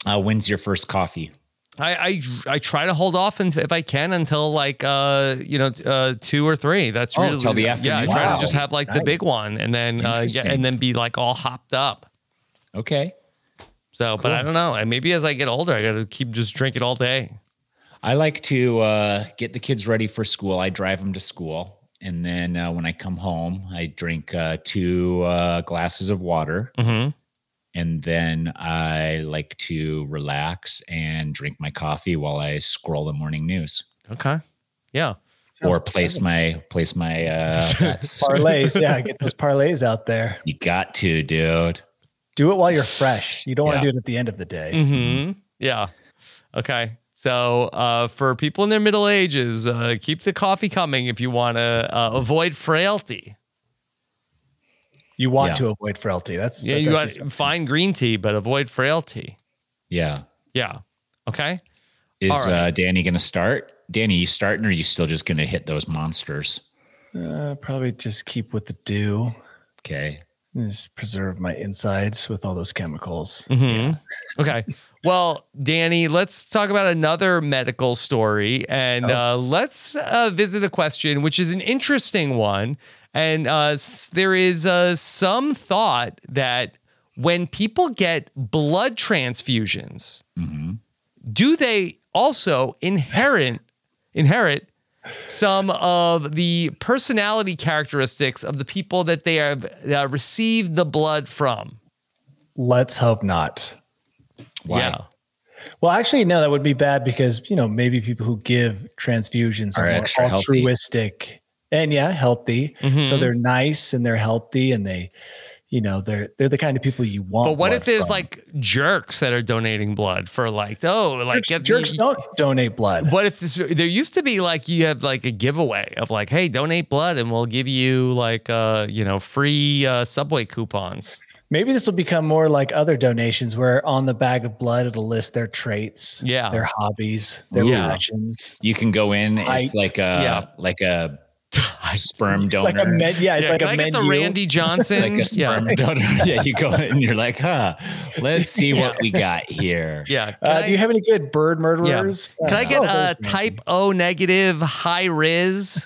Speaker 7: Uh, when's your first coffee?
Speaker 5: I, I I try to hold off and if I can until like uh you know uh two or three. That's
Speaker 7: Oh,
Speaker 5: really
Speaker 7: till the
Speaker 5: Yeah, I
Speaker 7: afternoon.
Speaker 5: try
Speaker 7: Wow.
Speaker 5: to just have like the big
Speaker 7: Nice.
Speaker 5: one and then uh, yeah,
Speaker 7: Interesting.
Speaker 5: and then be like all hopped up.
Speaker 7: Okay,
Speaker 5: So, but I don't know. And maybe as I get older, I got to keep just drinking all day.
Speaker 7: I like to uh, get the kids ready for school. I drive them to school, and then uh, when I come home, I drink uh, two uh, glasses of water,
Speaker 5: Mm-hmm.
Speaker 7: and then I like to relax and drink my coffee while I scroll the morning news
Speaker 5: Okay. Yeah.
Speaker 7: or place my place my uh, bets.
Speaker 8: Parlays. Yeah, get those parlays out there.
Speaker 7: You got to, dude.
Speaker 8: Do it while you're fresh. You don't want
Speaker 7: Yeah.
Speaker 8: to do it at the end of the day.
Speaker 5: hmm Yeah. Okay. So uh, for people in their middle ages, uh, keep the coffee coming if you want to uh, avoid frailty.
Speaker 8: You want
Speaker 7: Yeah.
Speaker 8: to avoid frailty. That's
Speaker 5: Yeah,
Speaker 8: that's
Speaker 5: you
Speaker 8: actually
Speaker 5: got fine green tea, but avoid frailty.
Speaker 7: Yeah.
Speaker 5: Yeah. Okay.
Speaker 7: Is
Speaker 5: All right.
Speaker 7: uh, Danny going to start? Danny, you starting or are you still just going to hit those monsters?
Speaker 8: Uh, probably just keep with the dew.
Speaker 7: Okay.
Speaker 8: and Just preserve my insides with all those chemicals.
Speaker 5: Mm-hmm. Hmm. Okay. Well, Danny, let's talk about another medical story and uh, let's uh, visit a question, which is an interesting one. And uh, s- there is uh, some thought that when people get blood transfusions, do they also inherit inherit some of the personality characteristics of the people that they have uh, received the blood from?
Speaker 8: Let's hope not.
Speaker 7: Why?
Speaker 5: Yeah.
Speaker 8: Well, actually, no, that would be bad because you know maybe people who give transfusions
Speaker 7: Are
Speaker 8: are, more
Speaker 7: extra healthy.
Speaker 8: altruistic and yeah, healthy.
Speaker 5: Mm-hmm.
Speaker 8: So they're nice and they're healthy and they, you know, they're they're the kind of people you want.
Speaker 5: But what if
Speaker 8: blood
Speaker 5: there's
Speaker 8: from.
Speaker 5: like jerks that are donating blood for like oh like
Speaker 8: jerks,
Speaker 5: get the-
Speaker 8: jerks don't donate blood?
Speaker 5: What if this, there used to be like you have like a giveaway of like hey donate blood and we'll give you like uh you know free uh, subway coupons.
Speaker 8: Maybe this will become more like other donations where on the bag of blood it'll list their traits,
Speaker 5: Yeah.
Speaker 8: their hobbies, their
Speaker 7: Yeah.
Speaker 8: passions.
Speaker 7: You can go in. It's
Speaker 8: I-
Speaker 7: like a
Speaker 5: Yeah.
Speaker 7: like a sperm donor.
Speaker 8: Like a med, yeah, it's
Speaker 5: Yeah,
Speaker 8: like
Speaker 5: can
Speaker 8: a
Speaker 5: I get
Speaker 8: menu.
Speaker 5: the Randy Johnson.
Speaker 7: like a sperm donor. yeah, you go in and you're like, huh, let's see what we got here.
Speaker 5: Yeah, yeah. Can
Speaker 8: Uh,
Speaker 5: I-
Speaker 8: do you have any good bird
Speaker 5: yeah.
Speaker 8: murderers?
Speaker 5: Can I get
Speaker 8: Oh,
Speaker 5: a
Speaker 8: there's Randy.
Speaker 5: type O negative high ris?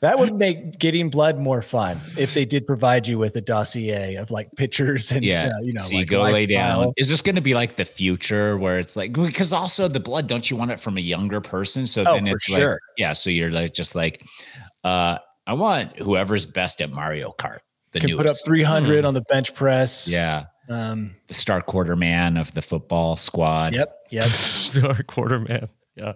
Speaker 8: That would make getting blood more fun if they did provide you with a dossier of like pictures and
Speaker 7: Yeah.
Speaker 8: uh, you know,
Speaker 7: so you
Speaker 8: like
Speaker 7: go lay down.
Speaker 8: lifestyle.
Speaker 7: Is this going to be like the future where it's like, because also the blood, don't you want it from a younger person? So
Speaker 8: Oh,
Speaker 7: then
Speaker 8: for
Speaker 7: it's like,
Speaker 8: sure.
Speaker 7: yeah. So you're like, just like, uh, I want whoever's best at Mario Kart, the
Speaker 8: Can put up
Speaker 7: newest.
Speaker 8: 300 on the bench press.
Speaker 7: yeah.
Speaker 8: Um,
Speaker 7: The star quarterman of the football squad.
Speaker 8: yep. Yep.
Speaker 5: Star quarterman. Yeah.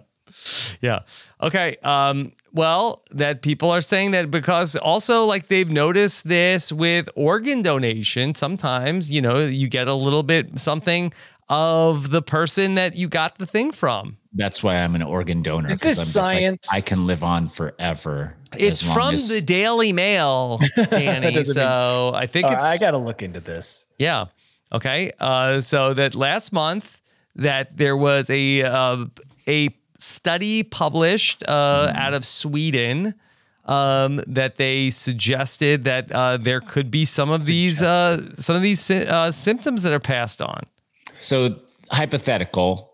Speaker 5: Yeah. Okay. Um, well, that people are saying that because also like they've noticed this with organ donation. Sometimes, you know, you get a little bit something of the person that you got the thing from.
Speaker 7: That's why I'm an organ donor.
Speaker 8: Is
Speaker 7: 'cause
Speaker 8: this
Speaker 7: I'm just like,
Speaker 8: science?
Speaker 7: I can live on forever.
Speaker 5: It's
Speaker 7: as long
Speaker 5: from
Speaker 7: as-
Speaker 5: the Daily Mail, Danny.
Speaker 8: doesn't
Speaker 5: so I think
Speaker 8: All right,
Speaker 5: it's
Speaker 8: Uh, I got to look into this.
Speaker 5: Yeah. Okay. Uh, so that last month, that there was a uh, a study published uh, out of Sweden um, that they suggested that uh, there could be some of these uh, some of these sy- uh, symptoms that are passed on.
Speaker 7: So hypothetical,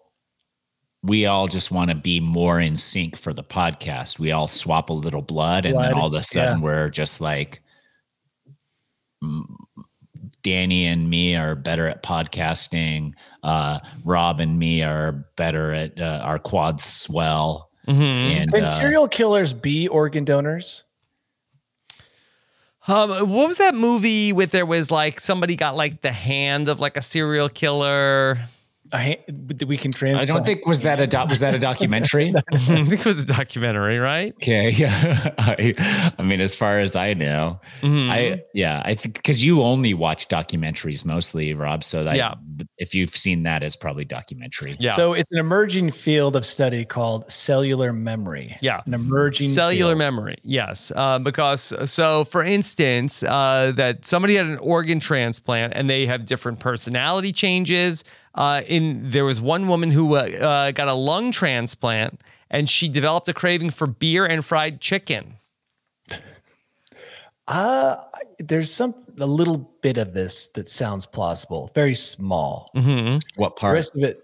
Speaker 7: we all just want to be more in sync for the podcast. We all swap a little blood, and then
Speaker 8: Blood,
Speaker 7: all of a sudden
Speaker 8: yeah.
Speaker 7: we're just like, mm, Danny and me are better at podcasting. Uh, Rob and me are better at uh, our quads swell.
Speaker 8: Mm-hmm.
Speaker 7: And
Speaker 8: Can
Speaker 7: uh,
Speaker 8: serial killers be organ donors?
Speaker 5: Um, what was that movie with there was like somebody got like the hand of like a serial killer?
Speaker 8: I we can
Speaker 7: I
Speaker 8: transplant.
Speaker 7: don't think was that a doc was that a documentary?
Speaker 5: I think it was a documentary, right?
Speaker 7: Okay. Yeah. I, I mean, as far as I know, I, yeah, I think because you only watch documentaries mostly, Rob. So that,
Speaker 5: Yeah.
Speaker 7: if you've seen that, it's probably documentary.
Speaker 5: Yeah.
Speaker 8: So it's an emerging field of study called cellular memory.
Speaker 5: Yeah.
Speaker 8: An emerging
Speaker 5: cellular
Speaker 8: field.
Speaker 5: memory yes uh, because so for instance uh, that somebody had an organ transplant and they have different personality changes uh, in there was one woman who uh, uh, got a lung transplant and she developed a craving for beer and fried chicken
Speaker 8: Uh, there's some a little bit of this that sounds plausible, very small.
Speaker 7: What
Speaker 8: The
Speaker 7: part?
Speaker 8: rest of it,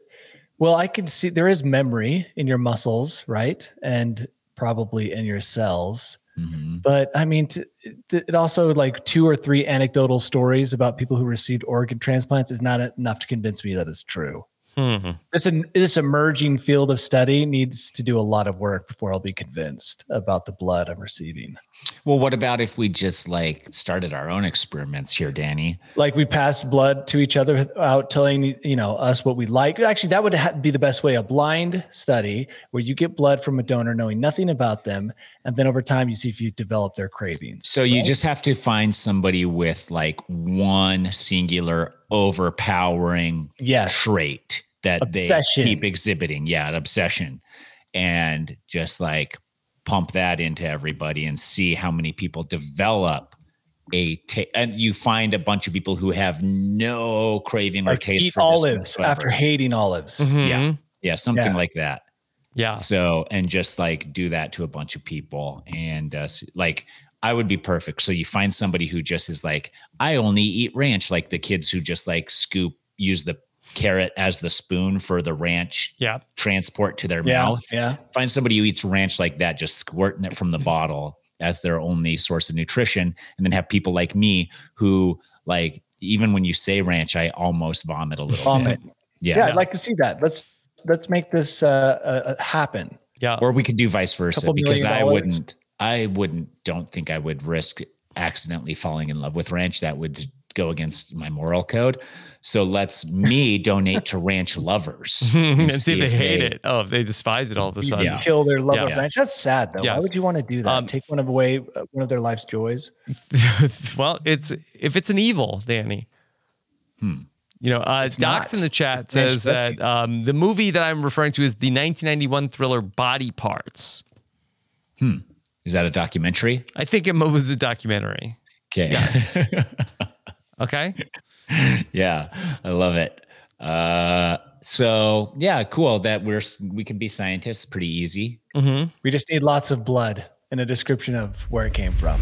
Speaker 8: well, I can see there is memory in your muscles, right, and probably in your cells. But I mean, t- th- it also like two or three anecdotal stories about people who received organ transplants is not enough to convince me that it's true. This en- this emerging field of study needs to do a lot of work before I'll be convinced about the blood I'm receiving.
Speaker 7: Well, what about if we just like started our own experiments here, Danny?
Speaker 8: like we pass blood to each other without telling you know us what we like actually that would ha- be the best way a blind study where you get blood from a donor knowing nothing about them and then over time you see if you develop their cravings
Speaker 7: So you just have to find somebody with like one singular overpowering
Speaker 8: Yes.
Speaker 7: trait that
Speaker 8: Obsession.
Speaker 7: they keep exhibiting. Yeah, an obsession. And just like pump that into everybody and see how many people develop a ta- and you find a bunch of people who have no craving or
Speaker 8: like
Speaker 7: taste
Speaker 8: eat
Speaker 7: for this
Speaker 8: olives
Speaker 7: whatsoever.
Speaker 8: after hating olives
Speaker 5: Mm-hmm.
Speaker 7: Yeah. Yeah, something
Speaker 8: Yeah.
Speaker 7: like that.
Speaker 5: Yeah.
Speaker 7: So, and just like do that to a bunch of people. And uh, s- like, I would be perfect. So, you find somebody who just is like, I only eat ranch, like the kids who just like scoop, use the carrot as the spoon for the ranch
Speaker 5: Yeah.
Speaker 7: transport to their
Speaker 8: Yeah,
Speaker 7: mouth.
Speaker 8: yeah.
Speaker 7: Find somebody who eats ranch like that, just squirting it from the bottle as their only source of nutrition. And then have people like me who, like, even when you say ranch, I almost vomit a little
Speaker 8: Vomit.
Speaker 7: bit.
Speaker 8: Yeah, I'd like to see that. Let's let's make this uh, uh happen.
Speaker 5: Yeah.
Speaker 7: or we could do vice versa
Speaker 8: Couple million
Speaker 7: because I
Speaker 8: dollars.
Speaker 7: wouldn't, I wouldn't, don't think I would risk accidentally falling in love with ranch. That would go against my moral code. So let's me donate to ranch lovers
Speaker 5: and see if they
Speaker 7: if
Speaker 5: hate it. Oh, if they despise it all of a sudden.
Speaker 7: Yeah.
Speaker 8: Kill their love
Speaker 5: Yeah.
Speaker 8: of ranch. That's sad though. Why
Speaker 5: Yes.
Speaker 8: would you want to do that?
Speaker 5: Um,
Speaker 8: Take one of away uh, one of their life's joys.
Speaker 5: well, it's if it's an evil, Danny. You know, uh, Docs
Speaker 8: not.
Speaker 5: in the chat
Speaker 8: ranch
Speaker 5: says that um, the movie that I'm referring to is the 1991 thriller Body Parts.
Speaker 7: Is that a documentary?
Speaker 5: I think it was a documentary.
Speaker 7: Okay.
Speaker 5: Okay.
Speaker 7: yeah. I love it. Uh, so yeah, cool that we're, s- we can be scientists pretty easy.
Speaker 5: Mm.
Speaker 8: We just need lots of blood and a description of where it came from.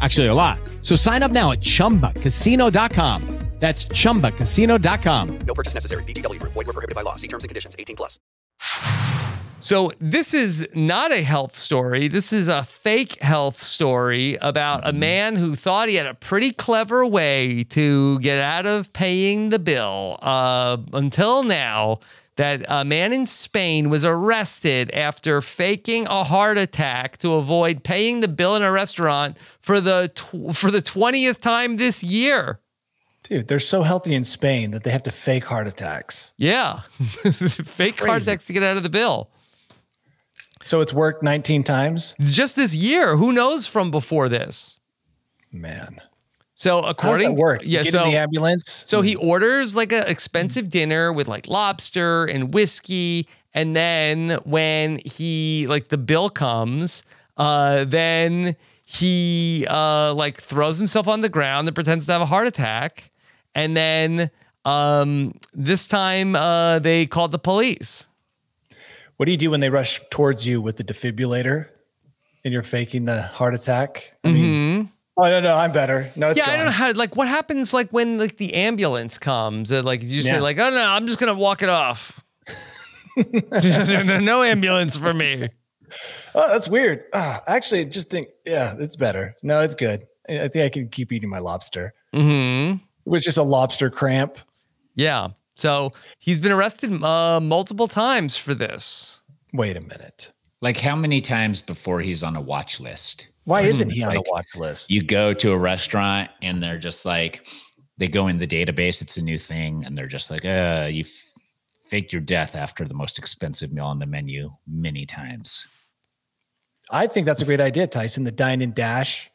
Speaker 1: Actually, a lot. So sign up now at chumbacasino.com. That's chumbacasino.com.
Speaker 9: No purchase necessary. VGW Group. Void were prohibited by law. See terms and conditions. 18 plus.
Speaker 5: So this is not a health story. This is a fake health story about a man who thought he had a pretty clever way to get out of paying the bill. Uh, until now, that a man in Spain was arrested after faking a heart attack to avoid paying the bill in a restaurant for the tw- for the twentieth time this year.
Speaker 8: Dude, they're so healthy in Spain that they have to fake heart attacks.
Speaker 5: Yeah, fake heart attacks to get out of the bill.
Speaker 8: So it's worked 19 times.
Speaker 5: Just this year, who knows from before this?
Speaker 8: Man,
Speaker 5: So
Speaker 8: how does
Speaker 5: according
Speaker 8: that work? You
Speaker 5: yeah,
Speaker 8: get
Speaker 5: so
Speaker 8: in the Mm. ambulance.
Speaker 5: so he orders like an expensive dinner with like lobster and whiskey, and then when he like the bill comes, uh, then he uh like throws himself on the ground and pretends to have a heart attack, and then um this time uh they called the police.
Speaker 8: What do you do when they rush towards you with the defibrillator and you're faking the heart attack? I mean, oh, no, no, I'm better. No, it's
Speaker 5: Mm-hmm. Yeah, I don't know how.
Speaker 8: gone.
Speaker 5: Like, what happens like when like the ambulance comes? Uh, like, you say
Speaker 8: Yeah.
Speaker 5: like, oh no, I'm just gonna walk it off. no ambulance for me.
Speaker 8: Oh, that's weird. Ah, actually, I just think, yeah, it's better. No, it's good. I I think I can keep eating my lobster.
Speaker 7: Mm-hmm.
Speaker 5: hmm
Speaker 8: It was just a lobster cramp.
Speaker 5: Yeah. So he's been arrested uh, multiple times for this.
Speaker 8: Wait a minute.
Speaker 7: Like how many times before he's on a watch list?
Speaker 8: Why
Speaker 5: Mm,
Speaker 8: isn't he on
Speaker 7: like-
Speaker 8: the watch list?
Speaker 7: you go to a restaurant and they're just like they go in the database it's a new thing and they're just like uh you f- faked your death after the most expensive meal on the menu many times
Speaker 8: I think that's a great idea, Tyson. The dine and dash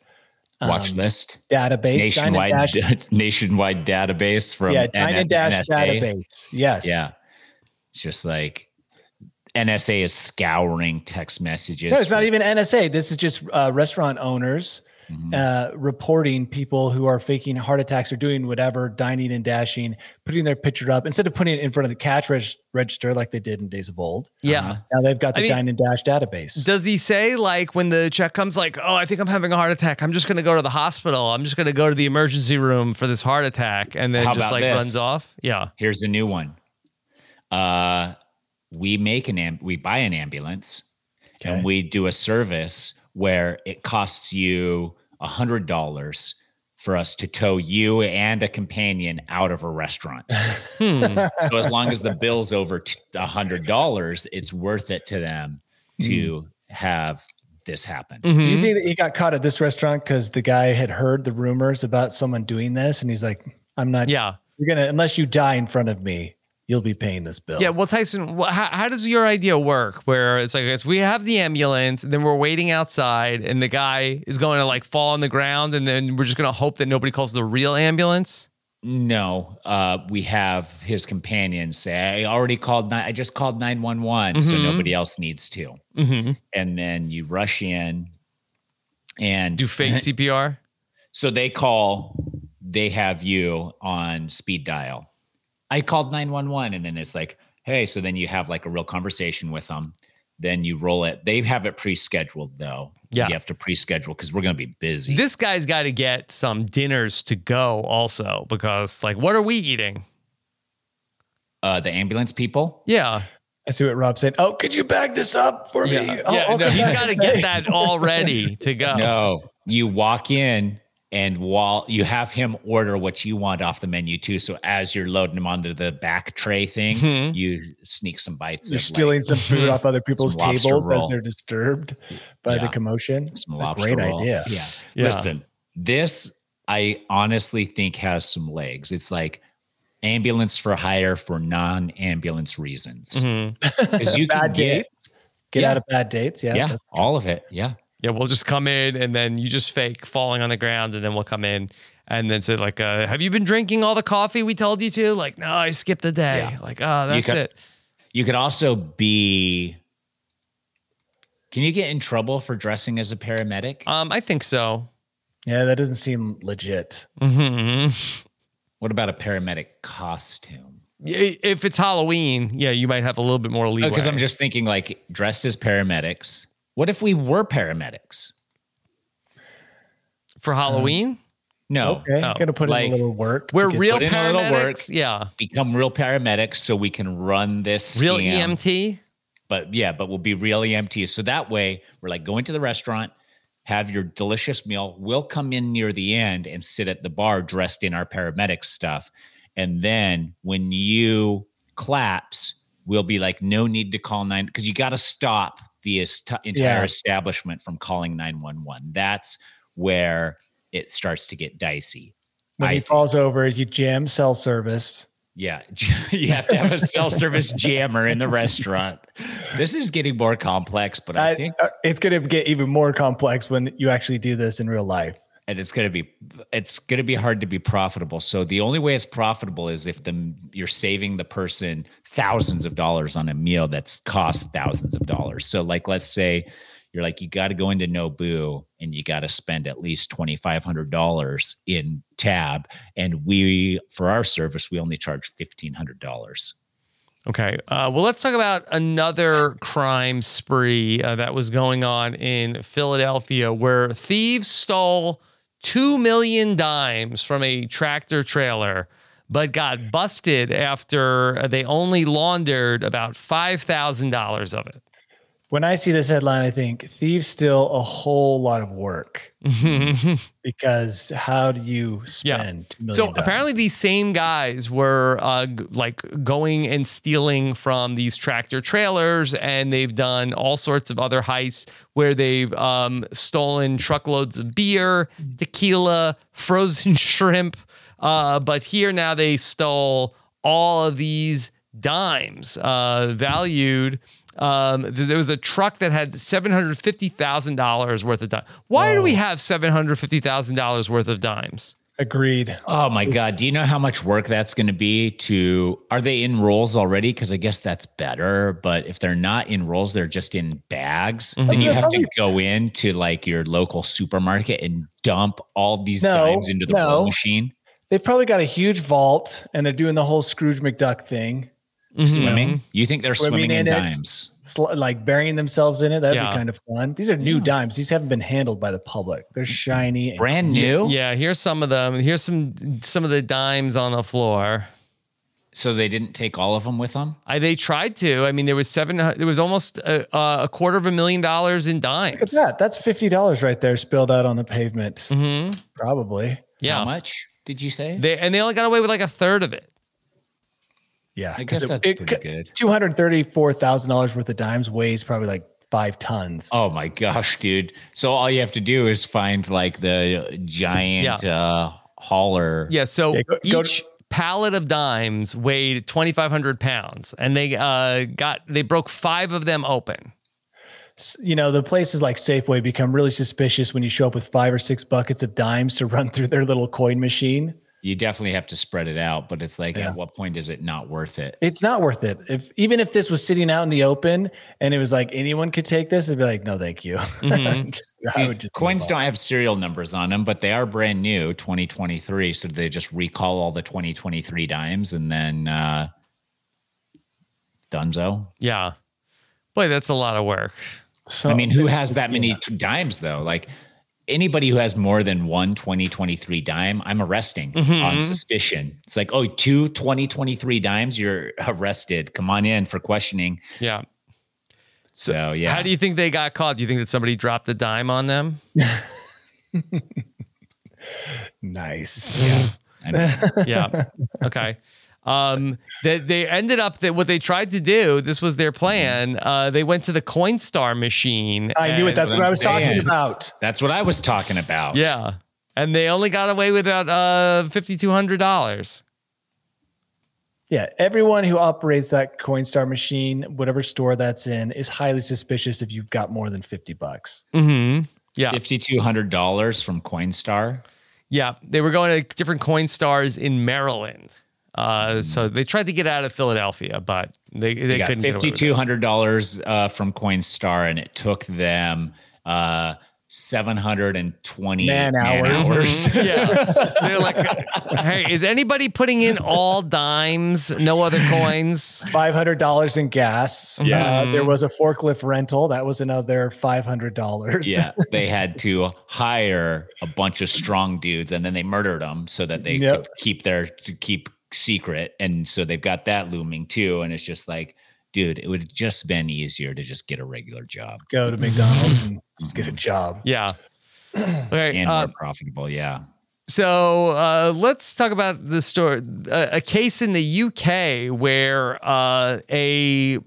Speaker 7: watch list
Speaker 8: database. Dine and
Speaker 7: nationwide
Speaker 8: Um, dash.
Speaker 7: nationwide database from
Speaker 8: Yeah, dine and dash
Speaker 7: NSA.
Speaker 8: database. Yes.
Speaker 7: yeah it's just like NSA is scouring text messages.
Speaker 8: No, it's not
Speaker 7: for-
Speaker 8: even NSA. This is just uh, restaurant owners
Speaker 5: Mm-hmm.
Speaker 8: uh, reporting people who are faking heart attacks or doing whatever, dining and dashing, putting their picture up instead of putting it in front of the cash reg- register like they did in days of old.
Speaker 7: Uh-huh.
Speaker 5: Yeah.
Speaker 8: Now they've got the
Speaker 5: I mean-
Speaker 8: dine and dash database.
Speaker 5: Does he say like when the check comes like, "Oh, I think I'm having a heart attack. I'm just going to go to the hospital. I'm just going to go to the emergency room for this heart attack." And then
Speaker 7: How
Speaker 5: just
Speaker 7: about
Speaker 5: like
Speaker 7: this?
Speaker 5: runs off?
Speaker 8: e-,
Speaker 5: Yeah.
Speaker 7: Here's a new one. Uh, we make an am- we buy an ambulance, and we do a service where it costs you a hundred dollars for us to tow you and a companion out of a restaurant. Hmm. so as long as the bill's over t- a hundred dollars, it's worth it to them to have this happen.
Speaker 8: Do you think that he got caught at this restaurant because the guy had heard the rumors about someone doing this, and he's like, "I'm not.
Speaker 5: Yeah.
Speaker 8: you're gonna unless you die in front of me, you'll be paying this bill."
Speaker 5: Yeah, well, Tyson, wh- how, how does your idea work? Where it's like, it's- we have the ambulance, and then we're waiting outside, and the guy is going to like fall on the ground, and then we're just going to hope that nobody calls the real ambulance.
Speaker 7: No, uh, we have his companion say, "I already called. Ni- I just called nine one one, so nobody else needs to." And then you rush in, and
Speaker 5: Do fake CPR.
Speaker 7: so they call. They have you on speed dial. I called nine one one, and then it's like, "Hey!" So then you have like a real conversation with them. Then you roll it. They have it pre-scheduled though.
Speaker 5: Yeah.
Speaker 7: you have to pre-schedule because we're gonna be busy.
Speaker 5: This guy's got to get some dinners to go also, because like, what are we eating?
Speaker 7: uh, the ambulance people.
Speaker 5: Yeah.
Speaker 8: I see what Rob said. Oh, could you bag this up for me? Oh,
Speaker 5: yeah, no,
Speaker 8: okay.
Speaker 5: he's got to get that all ready to go.
Speaker 7: No, you walk in and while you have him order what you want off the menu too. So as you're loading him onto the back tray thing, you sneak some bites.
Speaker 8: You're
Speaker 7: of, like,
Speaker 8: stealing some food
Speaker 5: mm-hmm.
Speaker 8: off other people's
Speaker 7: Some lobster
Speaker 8: tables
Speaker 7: roll.
Speaker 8: as they're disturbed by the
Speaker 7: Yeah.
Speaker 8: commotion.
Speaker 7: some
Speaker 8: A
Speaker 7: lobster
Speaker 8: Great
Speaker 7: roll.
Speaker 8: idea.
Speaker 7: Yeah.
Speaker 5: Yeah.
Speaker 7: Listen, this I honestly think has some legs. It's like ambulance for hire for non-ambulance reasons. Because you can
Speaker 8: Bad
Speaker 7: get,
Speaker 8: dates. Get
Speaker 7: Yeah.
Speaker 8: out of bad dates. Yeah.
Speaker 7: yeah, all of it. Yeah.
Speaker 5: Yeah, we'll just come in and then you just fake falling on the ground and then we'll come in and then say like, uh, have you been drinking all the coffee we told you to? Like, no, I skipped a day.
Speaker 7: Yeah.
Speaker 5: Like, oh, that's
Speaker 7: can-
Speaker 5: it.
Speaker 7: You could also be. Can you get in trouble for dressing as a paramedic?
Speaker 5: Um, I think so. Mm-hmm.
Speaker 8: Yeah, That doesn't seem legit.
Speaker 7: What about a paramedic costume?
Speaker 5: Y- If it's Halloween, yeah, you might have a little bit more leeway.
Speaker 7: Because Oh, I'm just thinking, like, dressed as paramedics. What if we were paramedics?
Speaker 5: for Halloween,
Speaker 7: No,
Speaker 8: Okay.
Speaker 5: Oh,
Speaker 8: Gonna put
Speaker 7: like,
Speaker 8: in a little work. to
Speaker 5: we're
Speaker 8: get
Speaker 5: real
Speaker 7: Mm-hmm. put in a little work.
Speaker 5: paramedics. Yeah,
Speaker 7: become real paramedics so we can run this
Speaker 5: real E
Speaker 7: scam.
Speaker 5: EMT.
Speaker 7: But yeah, but we'll be real EMTs. So that way, we're like going to the restaurant, have your delicious meal. We'll come in near the end and sit at the bar dressed in our paramedic stuff, and then when you collapse, we'll be like, no need to call nine because you got to stop the est- entire
Speaker 8: Yeah.
Speaker 7: establishment from calling nine one one. That's where it starts to get dicey.
Speaker 8: When
Speaker 7: I
Speaker 8: he
Speaker 7: think.
Speaker 8: falls over, you jam cell service.
Speaker 7: Yeah, you have to have a self-service jammer in the restaurant. This is getting more complex, but I,
Speaker 8: I-
Speaker 7: think
Speaker 8: uh, it's going to get even more complex when you actually do this in real life.
Speaker 7: and it's going to be it's going to be hard to be profitable. So the only way it's profitable is if the you're saving the person thousands of dollars on a meal that's cost thousands of dollars. So like let's say you're like you got to go into Nobu and you got to spend at least $2500 in tab and we for our service we only charge $1500.
Speaker 5: Okay. Uh, well, let's talk about another crime spree uh, that was going on in Philadelphia where thieves stole 2 million dimes from a tractor trailer, but got busted after they only laundered about $5,000 of it.
Speaker 8: When I see this headline, I think thieves steal a whole lot of work because how do you spend? two million
Speaker 5: So
Speaker 8: dollars?
Speaker 5: apparently, these same guys were uh, g- like going and stealing from these tractor trailers, and they've done all sorts of other heists where they've um, stolen truckloads of beer, tequila, frozen shrimp. Uh, but here now they stole all of these dimes uh, valued. Um, th- there was a truck that had seven hundred fifty thousand dollars worth of dimes. Why do we have seven hundred fifty thousand dollars worth of dimes?
Speaker 8: Agreed.
Speaker 7: Oh my God. Do you know how much work that's going to be to? Are they in rolls already? Because I guess that's better. But if they're not in rolls, they're just in bags.
Speaker 8: Mm-hmm.
Speaker 7: Then you have to go into like your local supermarket and dump all these
Speaker 8: No,
Speaker 7: dimes into the
Speaker 8: no.
Speaker 7: roll machine.
Speaker 8: They've probably got a huge vault and they're doing the whole Scrooge McDuck thing,
Speaker 5: Mm-hmm.
Speaker 7: Swimming. You think they're
Speaker 8: Swimming
Speaker 7: swimming, in,
Speaker 8: in it.
Speaker 7: dimes?
Speaker 8: Sl- like burying themselves in it. That'd
Speaker 5: Yeah.
Speaker 8: be kind of fun. These are new dimes. These haven't been handled by the public. They're shiny. And
Speaker 7: Brand new.
Speaker 5: Yeah, here's some of them. Here's some some of the dimes on the floor.
Speaker 7: So they didn't take all of them with them.
Speaker 5: I, they tried to. I mean, there was seven. hu- There was almost a, a quarter of a million dollars in dimes.
Speaker 8: Look at that. That's fifty dollars right there, spilled out on the pavement.
Speaker 5: Mm-hmm.
Speaker 8: Probably.
Speaker 7: How
Speaker 5: Yeah,
Speaker 7: much did you say?
Speaker 5: they and they only got away with like a third of it.
Speaker 8: Yeah,
Speaker 7: I guess that's pretty good.
Speaker 8: Two hundred thirty-four thousand dollars worth of dimes weighs probably like five tons.
Speaker 7: Oh my gosh, dude. So all you have to do is find like the giant uh, hauler.
Speaker 5: Yeah, so
Speaker 8: Yeah, go- go to-
Speaker 5: each pallet of dimes weighed 2,500 pounds, and they uh, got they broke five of them open.
Speaker 8: S- You know, the places like Safeway become really suspicious when you show up with five or six buckets of dimes to run through their little coin machine.
Speaker 7: You definitely have to spread it out, but it's like, at what point is it not worth it?
Speaker 8: It's not worth it. If even if this was sitting out in the open and it was like anyone could take this, I'd be like, no, thank you. Just- I would just
Speaker 7: Mm-hmm. Coins don't have serial numbers on them, but they are brand new, 2023. So they just recall all the 2023 dimes and then uh, Dunzo.
Speaker 5: Yeah, boy, that's a lot of work.
Speaker 8: So
Speaker 7: I mean, who has that many t- dimes though? Like anybody who has more than one 2023 dime, I'm arresting on suspicion. It's like, oh, two 2023 dimes, you're arrested. Come on in for questioning.
Speaker 5: Yeah.
Speaker 7: So yeah.
Speaker 5: How do you think they got caught? Do you think that somebody dropped a dime on them?
Speaker 8: nice?
Speaker 7: I mean,
Speaker 5: yeah. Okay. Um, that they ended up that what they tried to do. This was their plan. Uh, they went to the Coinstar machine.
Speaker 8: I knew it.
Speaker 5: and-
Speaker 8: That's what I was talking
Speaker 7: saying.
Speaker 8: about.
Speaker 7: that's what I was talking about.
Speaker 5: yeah, and they only got away with about uh fifty two hundred dollars.
Speaker 8: Yeah, everyone who operates that Coinstar machine, whatever store that's in, is highly suspicious if you've got more than 50 bucks.
Speaker 5: Mm-hmm. Yeah,
Speaker 7: $5,200 from Coinstar.
Speaker 5: yeah. They were going to different Coinstars in Maryland. Uh, so they tried to get out of Philadelphia, but they they,
Speaker 7: They got
Speaker 5: couldn't. get away with it.
Speaker 7: $5,200 uh, from Coinstar and it took them uh, 720
Speaker 8: Man hours.
Speaker 5: Yeah. Mm-hmm. They're like, hey, is anybody putting in all dimes, no other coins?
Speaker 8: $500 in gas. Yeah. there was a forklift rental. That was another $500.
Speaker 7: Yeah, they had to hire a bunch of strong dudes, and then they murdered them so that they
Speaker 8: Yep.
Speaker 7: could keep their to keep secret, and so they've got that looming too. And it's just like, dude, it would have just been easier to just get a regular job
Speaker 8: Go to McDonald's and just
Speaker 7: Mm-hmm.
Speaker 8: get a job.
Speaker 5: Yeah. Okay.
Speaker 7: and
Speaker 5: uh,
Speaker 7: more profitable. Yeah,
Speaker 5: so uh, let's talk about the story. A, a case in the UK where uh, a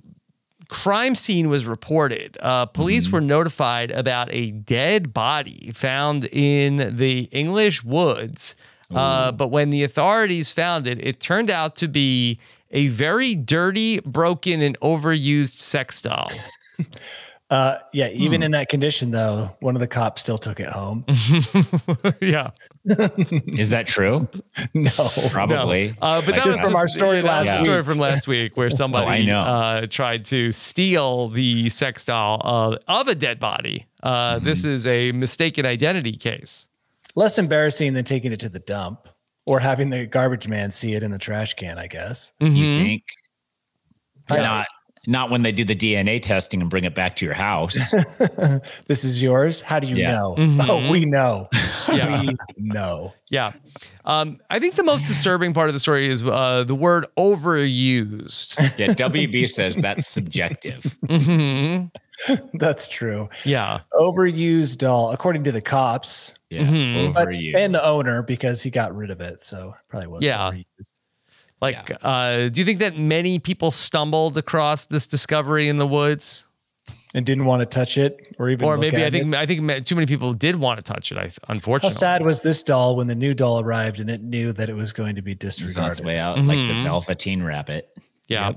Speaker 5: crime scene was reported. Uh, police were notified about a dead body found in the English woods. Uh, but when the authorities found it, it turned out to be a very dirty, broken, and overused sex doll.
Speaker 8: Uh, yeah, even
Speaker 7: Hmm.
Speaker 8: in that condition, though, one of the cops still took it home.
Speaker 7: Mm.
Speaker 5: yeah.
Speaker 7: is that true?
Speaker 8: no.
Speaker 7: Probably.
Speaker 5: Uh, but that was
Speaker 7: Like, that's-
Speaker 5: just-
Speaker 8: from our story
Speaker 5: that was
Speaker 8: last
Speaker 5: the story
Speaker 8: week. Oh,
Speaker 5: from last week where somebody
Speaker 7: know.
Speaker 5: uh, tried to steal the sex doll of, of a dead body. Uh,
Speaker 8: Mm-hmm.
Speaker 5: This is a mistaken identity case.
Speaker 8: Less embarrassing than taking it to the dump or having the garbage man see it in the trash can, I guess.
Speaker 5: mm-hmm.
Speaker 7: you think not. Not when they do the DNA testing and bring it back to your house.
Speaker 8: This is yours. How do you
Speaker 7: Yeah. Mm-hmm.
Speaker 8: know? Oh, we know. We know.
Speaker 5: Yeah. Um, I think the most disturbing part of the story is uh, the word overused.
Speaker 7: yeah, WB says that's subjective.
Speaker 8: That's true.
Speaker 5: Mm-hmm. Yeah.
Speaker 8: Overused doll, according to the cops
Speaker 7: Yeah,
Speaker 5: Mm-hmm.
Speaker 8: but,
Speaker 7: overused.
Speaker 8: and the owner, because he got rid of it. So it probably was.
Speaker 5: Yeah.
Speaker 8: overused.
Speaker 5: Like, uh, do you think that many people stumbled across this discovery in the woods?
Speaker 8: And didn't want to touch it or even.
Speaker 5: Or
Speaker 8: look
Speaker 5: maybe
Speaker 8: at
Speaker 5: I think
Speaker 8: it.
Speaker 5: I think ma- too many people did want to touch it. I
Speaker 8: How
Speaker 5: unfortunately.
Speaker 8: sad was this doll when the new doll arrived and it knew that it was going to be
Speaker 7: It's on its
Speaker 8: disregarded?
Speaker 7: way out, like
Speaker 5: Mm-hmm.
Speaker 7: the Velveteen Rabbit,
Speaker 5: Yeah.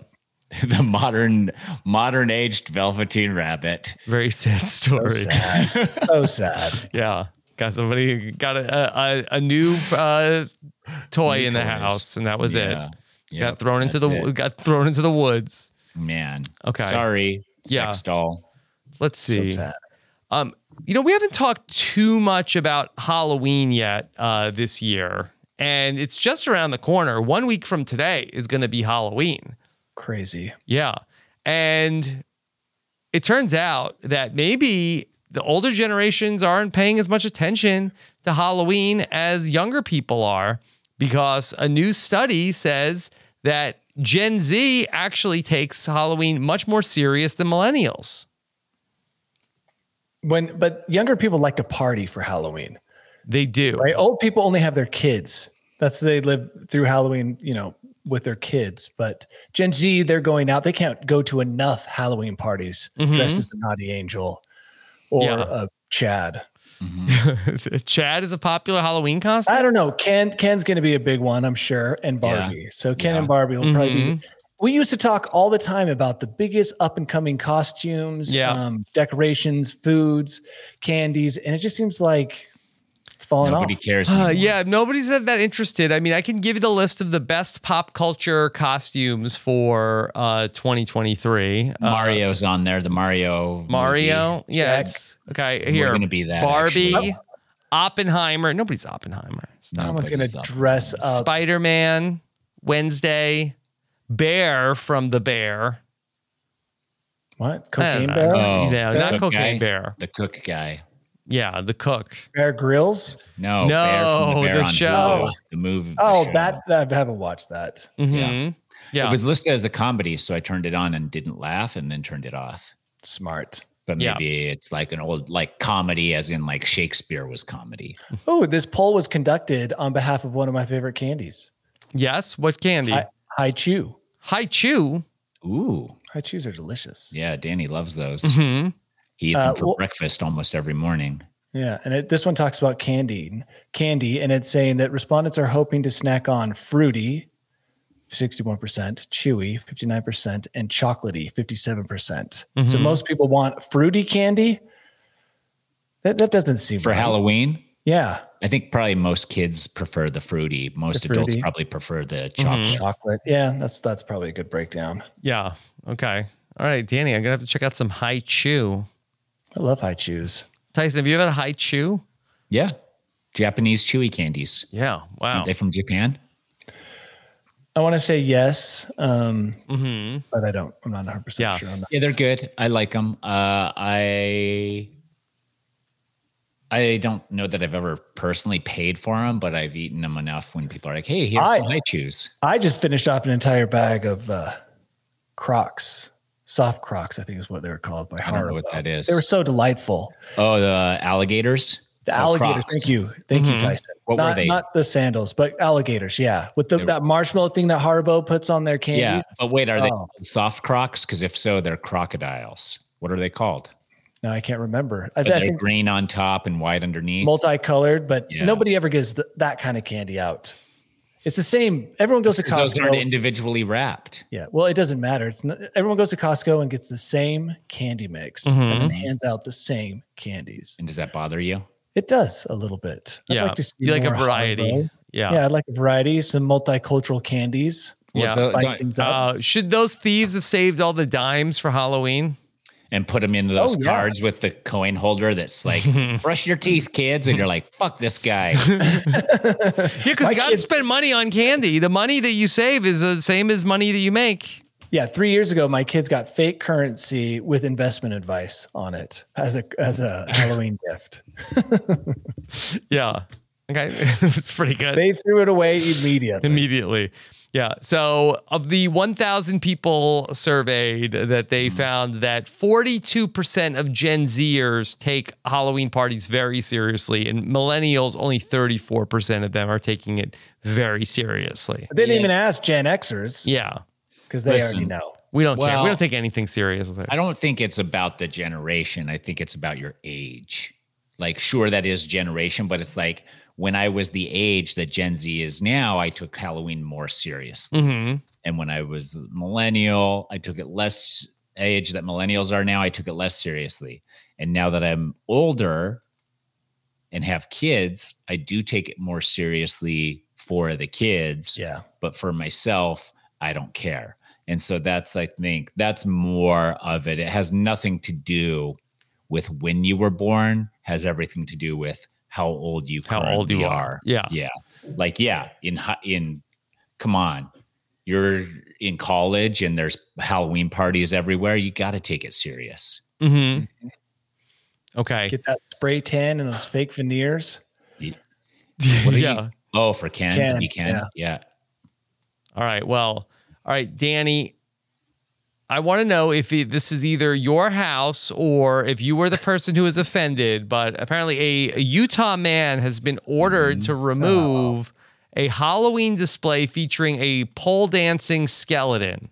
Speaker 7: the modern modern aged Velveteen Rabbit.
Speaker 5: Very sad story.
Speaker 8: So sad.
Speaker 5: Yeah. Got somebody got a a, a new uh, toy in the
Speaker 7: toys.
Speaker 5: house, and that was
Speaker 7: Yeah.
Speaker 5: it.
Speaker 7: Yep,
Speaker 5: got thrown into
Speaker 7: that's
Speaker 5: the
Speaker 7: it.
Speaker 5: got thrown into the woods.
Speaker 7: man.
Speaker 5: Okay.
Speaker 7: Sorry.
Speaker 5: Yeah.
Speaker 7: Sex doll.
Speaker 5: Let's see.
Speaker 8: sad.
Speaker 5: um, you know, we haven't talked too much about Halloween yet uh, this year, and it's just around the corner. One week from today is going to be Halloween.
Speaker 8: Crazy.
Speaker 5: Yeah. And it turns out that maybe the older generations aren't paying as much attention to Halloween as younger people are because a new study says that Gen Z actually takes Halloween much more serious than millennials.
Speaker 8: When but younger people like to party for Halloween.
Speaker 5: They do.
Speaker 8: Right? Old people only have their kids. That's they live through Halloween, you know, with their kids. But Gen Z, they're going out. They can't go to enough Halloween parties dressed as a naughty angel or
Speaker 5: Mm-hmm. Yeah.
Speaker 8: a Chad.
Speaker 5: Chad is a popular Halloween costume.
Speaker 8: I don't know. Ken Ken's going to be a big one, I'm sure, and
Speaker 7: Yeah. Mm-hmm.
Speaker 8: Barbie. So Ken and Barbie will probably be. We used to talk all the time about the biggest up and coming costumes,
Speaker 5: Yeah.
Speaker 8: um, decorations, foods, candies, and it just seems like it's falling
Speaker 7: Nobody
Speaker 8: off.
Speaker 7: cares.
Speaker 5: Uh,
Speaker 7: anymore.
Speaker 5: yeah, nobody's that, that interested. I mean, I can give you the list of the best pop culture costumes for uh, 2023. Uh,
Speaker 7: Mario's on there. The Mario. movie.
Speaker 5: Mario. Yeah. It's, okay. Here.
Speaker 7: gonna be that,
Speaker 5: Barbie.
Speaker 7: actually.
Speaker 5: Oppenheimer. Nobody's Oppenheimer.
Speaker 8: Someone's going
Speaker 7: Nobody's
Speaker 8: to
Speaker 7: up.
Speaker 8: dress
Speaker 7: uh,
Speaker 8: up.
Speaker 5: Spider Man. Wednesday. Bear from the Bear.
Speaker 8: what?
Speaker 5: I don't
Speaker 8: Cocaine
Speaker 5: know.
Speaker 8: Bear?
Speaker 5: You know,
Speaker 7: the
Speaker 5: not
Speaker 7: Oh, cook
Speaker 5: cocaine
Speaker 7: guy?
Speaker 5: bear.
Speaker 7: The cook guy.
Speaker 5: Yeah, the cook.
Speaker 8: Bear Grylls?
Speaker 7: No, Bear from
Speaker 5: No,
Speaker 7: the, Bear
Speaker 5: the
Speaker 7: on
Speaker 5: show.
Speaker 7: Hulu, the movie. the
Speaker 8: Oh,
Speaker 7: show.
Speaker 8: that, that- I haven't watched that.
Speaker 5: Mhm. Yeah.
Speaker 7: It was listed as a comedy, so I turned it on and didn't laugh, and then turned it off.
Speaker 8: Smart.
Speaker 7: But
Speaker 5: Yeah.
Speaker 7: maybe it's like an old like comedy, as in like Shakespeare was comedy.
Speaker 8: Oh, this poll was conducted on behalf of one of my favorite candies,
Speaker 5: yes. What candy?
Speaker 8: I, I Chew.
Speaker 5: Hi, Chew.
Speaker 7: Ooh,
Speaker 8: Hi Chews are delicious.
Speaker 7: yeah, Danny loves those.
Speaker 5: hmm
Speaker 7: He eats
Speaker 8: Mm-hmm. Uh,
Speaker 7: them for
Speaker 8: well-
Speaker 7: breakfast almost every morning.
Speaker 8: Yeah, and it, this one talks about candy, candy, and it's saying that respondents are hoping to snack on fruity, sixty-one percent, chewy, fifty-nine percent, and chocolatey, 57 percent. So most people want fruity candy. That that doesn't seem
Speaker 7: For
Speaker 8: right.
Speaker 7: Halloween,
Speaker 8: Yeah,
Speaker 7: I think probably most kids prefer the fruity. Most
Speaker 8: The
Speaker 7: adults
Speaker 8: fruity. Mm-hmm.
Speaker 7: probably prefer the chocolate.
Speaker 8: chocolate. Yeah, that's that's probably a good breakdown.
Speaker 5: Yeah. Okay. All right, Danny, I'm going to have to check out some Hi, Chew.
Speaker 8: I love high chews.
Speaker 5: Tyson, have you ever had a Hi, Chew?
Speaker 7: Yeah, Japanese chewy candies.
Speaker 5: Yeah. Wow.
Speaker 8: Oh.
Speaker 7: Aren't they from Japan?
Speaker 8: I want to say yes, um, but I don't. I'm not 100 percent
Speaker 5: Yeah.
Speaker 8: sure on that.
Speaker 7: Yeah, they're good. I like them. Uh, I I don't know that I've ever personally paid for them, but I've eaten them enough when people are like, "Hey, here's
Speaker 8: I-
Speaker 7: some I choose."
Speaker 8: I just finished off an entire bag of uh, Crocs, soft Crocs, I think is what they were called by
Speaker 7: I don't know
Speaker 8: Haribo.
Speaker 7: what that is.
Speaker 8: They were so delightful.
Speaker 7: oh, the alligators.
Speaker 8: The
Speaker 7: Oh,
Speaker 8: alligators.
Speaker 7: Crocs. Mm-hmm.
Speaker 8: Thank you, thank you, Tyson.
Speaker 7: What were
Speaker 8: not,
Speaker 7: they?
Speaker 8: Not the sandals, but alligators. Yeah, with the,
Speaker 7: They were-
Speaker 8: that marshmallow thing that Haribo puts on their candies.
Speaker 7: Yeah, but wait, are they
Speaker 8: Oh.
Speaker 7: called soft crocs? Because if so, they're crocodiles. What are they called?
Speaker 8: No, I can't remember. I,
Speaker 7: But
Speaker 8: I
Speaker 7: they're
Speaker 8: think
Speaker 7: green on top and white underneath.
Speaker 8: multicolored, but
Speaker 7: Yeah.
Speaker 8: nobody ever gives th- that kind of candy out. It's the same. Everyone goes to
Speaker 7: 'Cause those aren't
Speaker 8: Costco.
Speaker 7: individually wrapped.
Speaker 8: yeah, well, it doesn't matter. It's not, everyone goes to Costco and gets the same candy mix
Speaker 7: Mm-hmm.
Speaker 8: and then hands out the same candies.
Speaker 7: And does that bother you?
Speaker 8: It does a little bit. I'd
Speaker 5: yeah.
Speaker 8: like to see
Speaker 5: you like a
Speaker 8: more
Speaker 5: variety.
Speaker 8: Haribo.
Speaker 5: Yeah.
Speaker 8: Yeah. I'd like a variety, some multicultural candies.
Speaker 5: Yeah.
Speaker 7: Well,
Speaker 8: Spice
Speaker 7: don't-
Speaker 8: things up.
Speaker 5: Uh, should those thieves have saved all the dimes for Halloween?
Speaker 7: and put them into those
Speaker 8: Oh, yeah.
Speaker 7: cards with the coin holder that's like brush your teeth kids and you're like fuck this guy
Speaker 5: Yeah, because
Speaker 8: My
Speaker 5: you got to
Speaker 8: kids-
Speaker 5: spend money on candy. The money that you save is the same as money that you make.
Speaker 8: yeah, three years ago, my kids got fake currency with investment advice on it as a as a Halloween gift.
Speaker 5: Yeah. Okay. It's pretty good.
Speaker 8: They threw it away immediately.
Speaker 5: immediately. Yeah. So, of the 1,000 people surveyed, that they found that 42% of Gen Zers take Halloween parties very seriously, and millennials only 34% of them are taking it very seriously.
Speaker 8: They didn't even ask Gen Xers
Speaker 5: Yeah.
Speaker 8: because they
Speaker 7: Listen.
Speaker 8: already know.
Speaker 5: We don't care. We
Speaker 7: Well,
Speaker 5: don't take anything seriously.
Speaker 7: i don't think it's about the generation i think it's about your age like sure that is generation but it's like when i was the age that gen z is now i took halloween more seriously
Speaker 5: Mhm.
Speaker 7: and when i was millennial i took it less age that millennials are now i took it less seriously and now that i'm older and have kids, I do take it more seriously for the kids.
Speaker 8: Yeah.
Speaker 7: But for myself, I don't care. And so that's, I think, that's more of it. It has nothing to do with when you were born, has everything to do with how old you
Speaker 5: How old
Speaker 7: currently
Speaker 5: you are. Yeah.
Speaker 7: Yeah. Like, yeah, in, hi- in, come on, you're in college and there's Halloween parties everywhere. You got to take it serious.
Speaker 5: hmm Okay.
Speaker 8: Get that spray tan and those fake veneers.
Speaker 7: What are
Speaker 5: yeah.
Speaker 7: You, oh, for Ken,
Speaker 8: Ken,
Speaker 7: he can.
Speaker 8: yeah.
Speaker 7: yeah.
Speaker 5: All right. Well, all right, Danny. I want to know if it, this is either your house or if you were the person who was offended. But apparently, a, a Utah man has been ordered
Speaker 8: Mm-hmm.
Speaker 5: to remove a Halloween display featuring a pole dancing skeleton.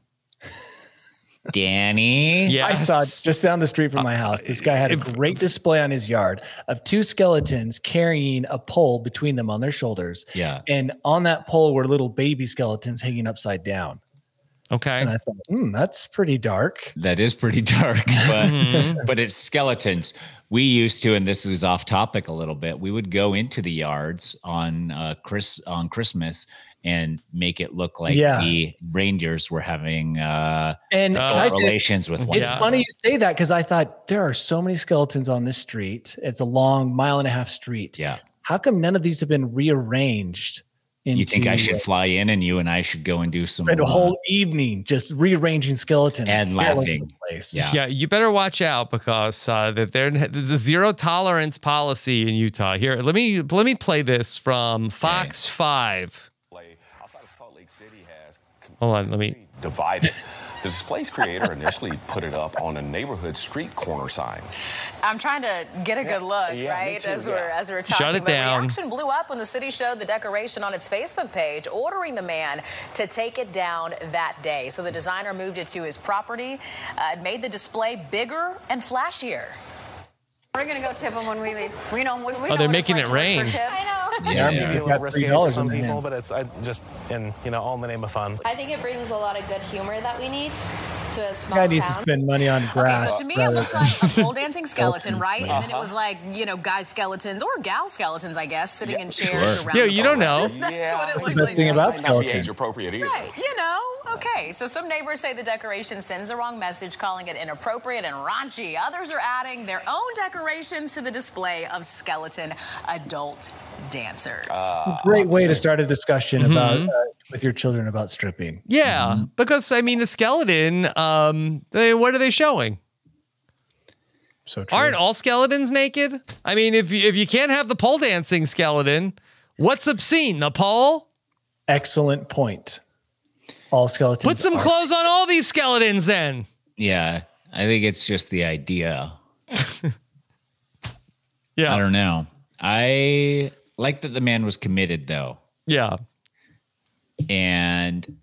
Speaker 7: Danny.
Speaker 5: Yes.
Speaker 8: I saw just down the street from my house. This guy had a great display on his yard of two skeletons carrying a pole between them on their shoulders.
Speaker 7: Yeah.
Speaker 8: And on that pole were little baby skeletons hanging upside down.
Speaker 5: Okay.
Speaker 8: And I thought, hmm, that's pretty dark.
Speaker 7: That is pretty dark,
Speaker 5: Mm-hmm.
Speaker 7: but
Speaker 8: Mm.
Speaker 7: but it's skeletons. We used to, and this was off topic a little bit. We would go into the yards on uh, Chris on Christmas and make it look like
Speaker 8: Yeah.
Speaker 7: the reindeers were having uh,
Speaker 8: And
Speaker 5: Oh.
Speaker 8: Tyson,
Speaker 7: relations with one.
Speaker 8: it's
Speaker 5: Yeah.
Speaker 8: funny you say that because I thought there are so many skeletons on this street. It's a long mile and a half street.
Speaker 7: Yeah.
Speaker 8: How come none of these have been rearranged? Into,
Speaker 7: You think I should
Speaker 8: uh,
Speaker 7: fly in, and you and I should go and do some
Speaker 8: spend a
Speaker 7: uh,
Speaker 8: whole evening just rearranging skeletons
Speaker 7: And
Speaker 8: all over the
Speaker 7: laughing.
Speaker 8: Place.
Speaker 7: Yeah.
Speaker 5: Yeah, you better watch out because uh, that there, there's a zero tolerance policy in Utah. Here, let me let me play this from Fox Five.
Speaker 10: outside of Salt Lake City has
Speaker 5: Hold on, let me.
Speaker 10: divided. The display's creator initially put it up on a neighborhood street corner sign.
Speaker 11: I'm trying to get a good look,
Speaker 10: yeah, me
Speaker 11: right?
Speaker 10: too,
Speaker 11: as
Speaker 10: yeah.
Speaker 11: we're as we're
Speaker 5: Shut
Speaker 11: talking.
Speaker 5: it
Speaker 11: but
Speaker 5: down.
Speaker 11: Reaction blew up when the city showed the decoration on its Facebook page, ordering the man to take it down that day. So the designer moved it to his property. Uh, it made the display bigger and flashier.
Speaker 12: We're gonna go tip them when we leave. We know. We, we
Speaker 5: Oh, they're making it rain.
Speaker 12: I know.
Speaker 7: Yeah,
Speaker 8: maybe
Speaker 7: yeah.
Speaker 8: it's got three dollars in the hand.
Speaker 10: but it's I just and you know all in the name of fun.
Speaker 12: I think it brings a lot of good humor that we need to a small
Speaker 8: Guy
Speaker 12: town.
Speaker 8: needs to spend money on grass.
Speaker 11: Okay, so to me, it
Speaker 8: rather
Speaker 11: looked
Speaker 8: than-
Speaker 11: like a pole dancing skeleton, right?
Speaker 8: Uh-huh.
Speaker 11: And then it was like, you know, guy skeletons or gal skeletons, I guess, sitting in chairs
Speaker 7: sure.
Speaker 11: around.
Speaker 5: Yeah,
Speaker 11: the
Speaker 5: you don't know.
Speaker 10: Yeah,
Speaker 11: That's what it looked
Speaker 8: the best
Speaker 11: like.
Speaker 8: thing about
Speaker 10: not be age
Speaker 8: skeletons.
Speaker 10: appropriate either.
Speaker 11: Right, you know, okay. So some neighbors say the decoration sends the wrong message, calling it inappropriate and raunchy. Others are adding their own decorations to the display of skeleton adult dancers.
Speaker 8: It's a great way to start a discussion about
Speaker 5: Mm-hmm.
Speaker 8: uh, with your children about stripping.
Speaker 5: Yeah, because I mean, a skeleton. Um, they, what are they showing?
Speaker 8: So true.
Speaker 5: Aren't all skeletons naked? I mean, if you, if you can't have the pole dancing skeleton, what's obscene? The pole?
Speaker 8: Excellent point. All skeletons.
Speaker 5: Put some
Speaker 8: are-
Speaker 5: clothes on all these skeletons then.
Speaker 7: yeah. I think it's just the idea. I
Speaker 5: Yeah,
Speaker 7: don't know. I like that the man was committed though.
Speaker 5: yeah.
Speaker 7: and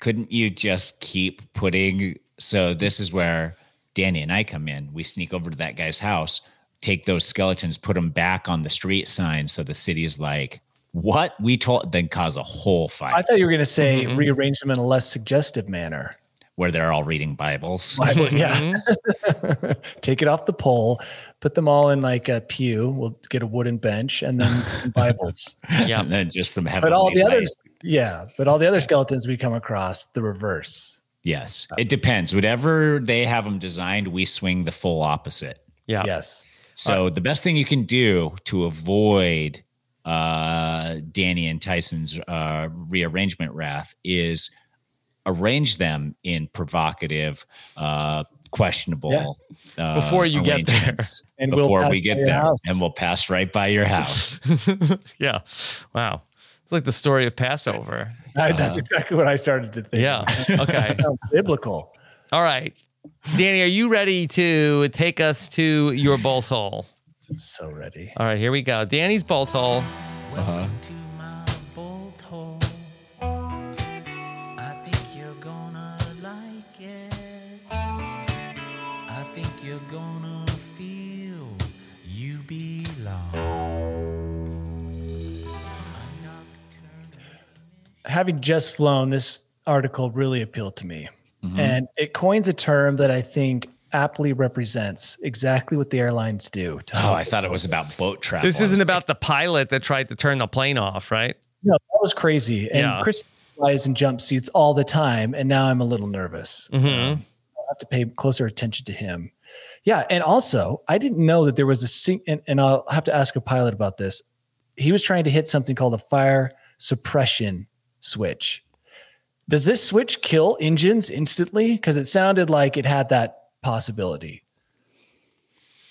Speaker 7: couldn't you just keep putting so this is where danny and i come in we sneak over to that guy's house take those skeletons put them back on the street sign so the city's like what we told then cause a whole fight
Speaker 8: I thought you were going to say
Speaker 5: Mm-hmm.
Speaker 8: rearrange them in a less suggestive manner.
Speaker 7: where they're all reading bibles
Speaker 8: yeah.
Speaker 5: Mm-hmm.
Speaker 8: Take it off the pole, put them all in like a pew. We'll get a wooden bench and then Bibles.
Speaker 5: Yeah.
Speaker 7: and then just them having
Speaker 8: But all the others, yeah. But all the other skeletons we come across, the reverse.
Speaker 7: yes it depends whatever they have them designed we swing the full opposite
Speaker 5: Yeah.
Speaker 8: Yes.
Speaker 7: So the best thing you can do to avoid uh, Danny and Tyson's uh, rearrangement wrath is arrange them in provocative, uh, questionable. Uh,
Speaker 5: Before you get there.
Speaker 7: arrangements
Speaker 8: And we'll
Speaker 7: before
Speaker 8: pass
Speaker 7: we
Speaker 8: by
Speaker 7: get
Speaker 8: your
Speaker 7: there,
Speaker 8: house.
Speaker 7: and we'll pass right by your house.
Speaker 5: Yeah. Wow. It's like the story of Passover.
Speaker 8: I- that's exactly what I started to think.
Speaker 5: Uh-huh. Yeah. Okay.
Speaker 8: Sounds biblical.
Speaker 5: All right. Danny, are you ready to take us to your bolt hole?
Speaker 8: I'm so ready.
Speaker 5: All right, here we go. Danny's bolt hole.
Speaker 8: having just
Speaker 7: Mm-hmm.
Speaker 8: flown, this article really appealed to me. And it coins a term that I think aptly represents exactly what the airlines do. to
Speaker 7: Oh, I thought it was about boat travel.
Speaker 5: This isn't about the pilot that tried to turn the plane off, right?
Speaker 8: No, that was crazy. And
Speaker 5: Yeah.
Speaker 8: Chris flies in jump seats all the time, and now I'm a little nervous.
Speaker 5: Mm-hmm.
Speaker 8: I'll have to pay closer attention to him. Yeah, and also I didn't know that there was a sing- and, and I'll have to ask a pilot about this. He was trying to hit something called a fire suppression switch. Does this switch kill engines instantly? Because it sounded like it had that possibility.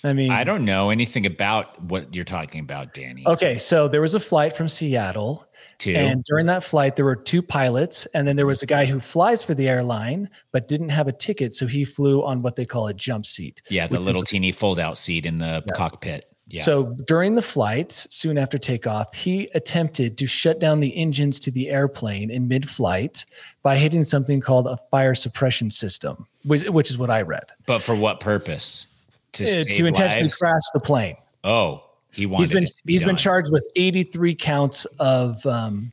Speaker 8: I mean,
Speaker 7: I don't know anything about what you're talking about, Danny.
Speaker 8: Okay, so there was a flight from Seattle.
Speaker 7: Two.
Speaker 8: Oh, And during that flight, there were two pilots, and then there was a guy who flies for the airline but didn't have a ticket, so he flew on what they call a jump seat.
Speaker 7: Yeah, the
Speaker 8: which is
Speaker 7: little teeny fold out seat in the cockpit. Yeah.
Speaker 8: So during the flight, soon after takeoff, he attempted to shut down the engines to the airplane in mid flight by hitting something called a fire suppression system, which, which is what I read.
Speaker 7: but for what purpose? To,
Speaker 8: Uh,
Speaker 7: save
Speaker 8: to intentionally
Speaker 7: lives?
Speaker 8: crash the plane.
Speaker 7: Oh, he wanted.
Speaker 8: He's been
Speaker 7: it to be
Speaker 8: he's been
Speaker 7: done.
Speaker 8: charged with 83 counts of um,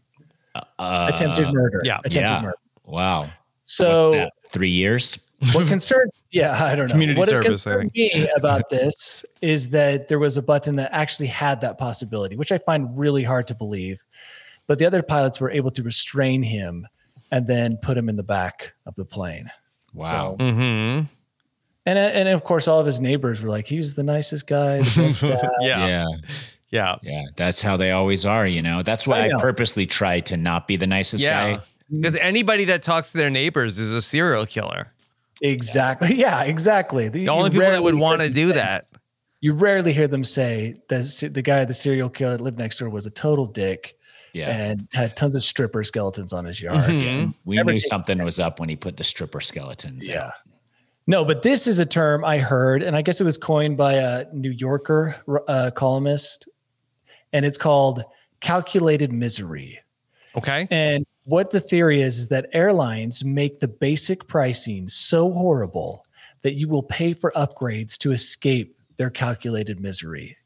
Speaker 7: Uh,
Speaker 8: attempted murder.
Speaker 7: Yeah.
Speaker 8: Attempted
Speaker 7: yeah.
Speaker 8: murder.
Speaker 7: Wow.
Speaker 8: So
Speaker 7: Three years.
Speaker 8: what concerned yeah, I don't know.
Speaker 7: Community
Speaker 8: what it
Speaker 7: service, I
Speaker 8: concerned
Speaker 7: think.
Speaker 8: me about this is that there was a button that actually had that possibility, which I find really hard to believe. But the other pilots were able to restrain him and then put him in the back of the plane.
Speaker 7: Wow.
Speaker 5: mm-hmm.
Speaker 8: And and of course all of his neighbors were like, he was the nicest guy. the best dad."
Speaker 7: Yeah.
Speaker 5: Yeah.
Speaker 7: Yeah. That's how they always are, you know. That's why
Speaker 8: I
Speaker 7: I,
Speaker 8: know.
Speaker 7: purposely try to not be the nicest
Speaker 5: Yeah.
Speaker 7: guy.
Speaker 5: Because anybody that talks to their neighbors is a serial killer.
Speaker 8: Exactly. Yeah, exactly.
Speaker 5: The only people that would want to do that.
Speaker 8: you rarely hear them say that the guy, the serial killer that lived next door, was a total dick.
Speaker 7: Yeah.
Speaker 8: And had tons of stripper skeletons on his yard.
Speaker 5: Mm-hmm.
Speaker 7: Yeah. We
Speaker 8: Never
Speaker 7: knew
Speaker 8: did.
Speaker 7: something was up when he put the stripper skeletons.
Speaker 8: Yeah. No, but this is a term I heard, and I guess it was coined by a New Yorker uh, columnist, and it's called calculated misery.
Speaker 5: Okay.
Speaker 8: And what the theory is is that airlines make the basic pricing so horrible that you will pay for upgrades to escape their calculated misery.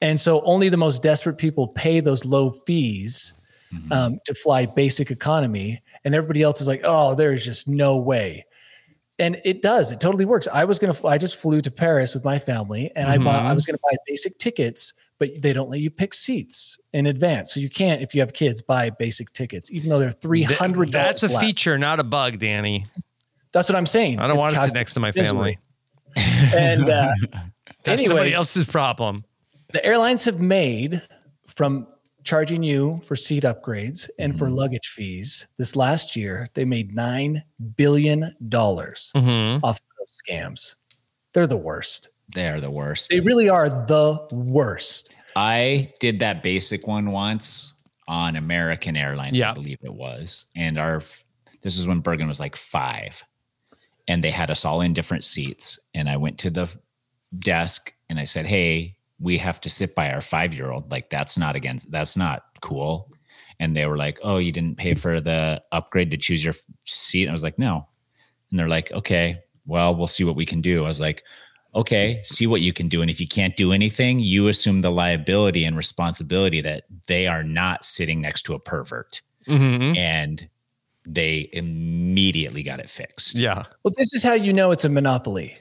Speaker 8: And so only the most desperate people pay those low fees
Speaker 5: Mm-hmm.
Speaker 8: um, to fly basic economy. And everybody else is like, oh, there's just no way. And it does. It totally works. I was gonna. I just flew to Paris with my family, and I bought.
Speaker 5: Mhm.
Speaker 8: I was gonna buy basic tickets, but they don't let you pick seats in advance. So you can't, if you have kids, buy basic tickets, even though they're three
Speaker 5: Th-
Speaker 8: hundred.
Speaker 5: That's a feature, not a bug, Danny.
Speaker 8: That's what I'm saying.
Speaker 5: I don't
Speaker 8: It's
Speaker 5: want to sit
Speaker 8: calculated
Speaker 5: next to my
Speaker 8: misery.
Speaker 5: family.
Speaker 8: And uh,
Speaker 5: That's somebody
Speaker 8: anyway,
Speaker 5: else's problem.
Speaker 8: the airlines have made from charging you for seat upgrades and for
Speaker 5: Mm-hmm.
Speaker 8: luggage fees this last year they made $9 billion dollars
Speaker 5: Hmm. Mm-hmm,
Speaker 8: off of those scams they're the worst
Speaker 7: They are the worst.
Speaker 8: they really are the worst
Speaker 7: I did that basic one once on American Airlines, I believe it was. And our this is when Bergen was like five. And they had us all in different seats. And I went to the desk and I said, Hey, we have to sit by our five year old. Like that's not against that's not cool. And they were like, Oh, you didn't pay for the upgrade to choose your f- seat. And I was like, No. And they're like, Okay, well, we'll see what we can do. I was like, okay, see what you can do. And if you can't do anything, you assume the liability and responsibility that they are not sitting next to a pervert.
Speaker 5: Mhm.
Speaker 7: And they immediately got it fixed.
Speaker 5: Yeah.
Speaker 8: well this is how you know it's a monopoly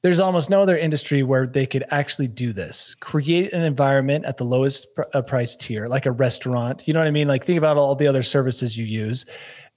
Speaker 8: there's almost no other industry where they could actually do this create an environment at the lowest pr- uh, price tier like a restaurant you know what i mean like think about all the other services you use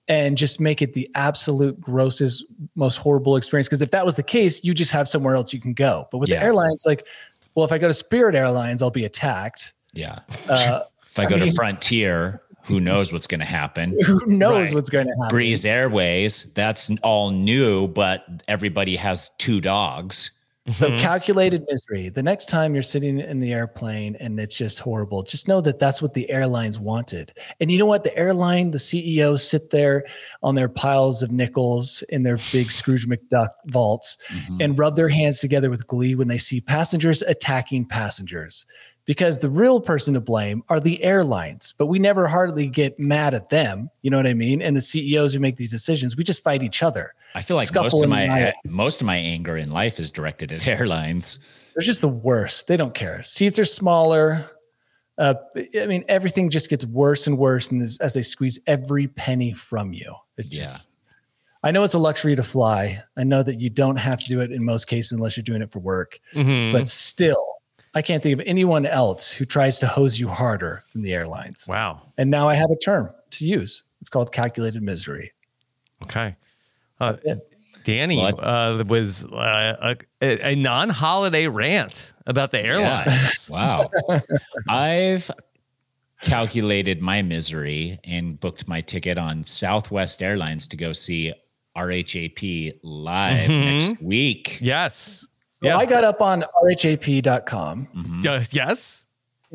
Speaker 8: and just make it the absolute grossest most horrible experience because if that was the case you just have somewhere else you can go but with
Speaker 7: Yeah.
Speaker 8: the airlines like well if i go to spirit airlines i'll be attacked
Speaker 7: Yeah.
Speaker 8: uh,
Speaker 7: If I
Speaker 8: I
Speaker 7: go to
Speaker 8: mean-
Speaker 7: Frontier, who knows what's going to happen?
Speaker 8: who knows what's going to happen
Speaker 7: Breeze Airways, that's all new, but everybody has two dogs.
Speaker 8: So calculated misery. The next time you're sitting in the airplane and it's just horrible, just know that that's what the airlines wanted. And you know what? The airline, the CEOs sit there on their piles of nickels in their big Scrooge McDuck vaults and rub their hands together with glee when they see passengers attacking passengers. Because the real person to blame are the airlines, but we never hardly get mad at them. You know what I mean? And the CEOs who make these decisions, we just fight each other.
Speaker 7: I feel like
Speaker 8: Scuffle
Speaker 7: most
Speaker 8: in
Speaker 7: of
Speaker 8: the
Speaker 7: my
Speaker 8: aisle.
Speaker 7: most of my anger in life is directed at airlines.
Speaker 8: They're just the worst. They don't care. Seats are smaller. Uh, I mean, everything just gets worse and worse, and as, as they squeeze every penny from you, it's
Speaker 7: Yeah.
Speaker 8: just. I know it's a luxury to fly. I know that you don't have to do it in most cases unless you're doing it for work.
Speaker 5: Mhm.
Speaker 8: But still, I can't think of anyone else who tries to hose you harder than the airlines.
Speaker 5: Wow.
Speaker 8: And now I have a term to use. It's called calculated misery.
Speaker 5: Okay. Uh, Danny uh, was uh, a, a non holiday rant about the airline.
Speaker 7: Wow. I've calculated my misery and booked my ticket on Southwest Airlines to go see RHAP live
Speaker 8: Mhm.
Speaker 5: Mm-hmm.
Speaker 7: next week.
Speaker 5: Yes.
Speaker 8: So I got up on rhap.com.
Speaker 7: Mm.
Speaker 5: Uh, yes.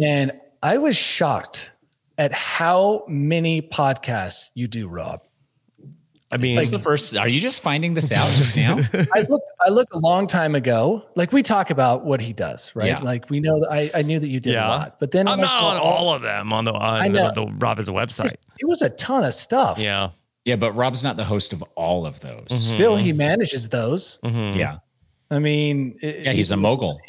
Speaker 8: And I was shocked at how many podcasts you do, Rob.
Speaker 5: I
Speaker 7: mean, the first. Are you just finding this out just now?
Speaker 8: I looked I looked a long time ago. Like we talk about what he does, right?
Speaker 5: Yeah.
Speaker 8: Like we know that I, I knew that you did a lot. But then
Speaker 5: I'm
Speaker 8: when I
Speaker 5: not
Speaker 8: saw
Speaker 5: on all of them on the
Speaker 8: I
Speaker 5: on
Speaker 8: know.
Speaker 5: the, the Robin's website.
Speaker 8: it was a ton of stuff.
Speaker 5: Yeah.
Speaker 7: Yeah, but Rob's not the host of all of those.
Speaker 8: Still
Speaker 7: Mm-hmm.
Speaker 8: he manages those.
Speaker 5: Mm-hmm.
Speaker 7: Yeah.
Speaker 8: I mean it-
Speaker 7: Yeah, he's a mogul.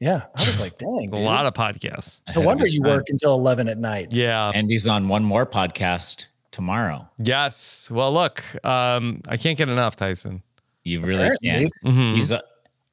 Speaker 8: yeah. I was like, dang.
Speaker 7: A
Speaker 8: dude.
Speaker 7: lot
Speaker 5: A podcast.
Speaker 8: No wonder you work until eleven at night.
Speaker 5: Yeah.
Speaker 7: And he's on one more podcast tomorrow.
Speaker 5: Yes. Well, look, um, I can't get enough, Tyson.
Speaker 7: You really
Speaker 5: Apparently.
Speaker 7: can't.
Speaker 5: Mhm.
Speaker 7: He's a,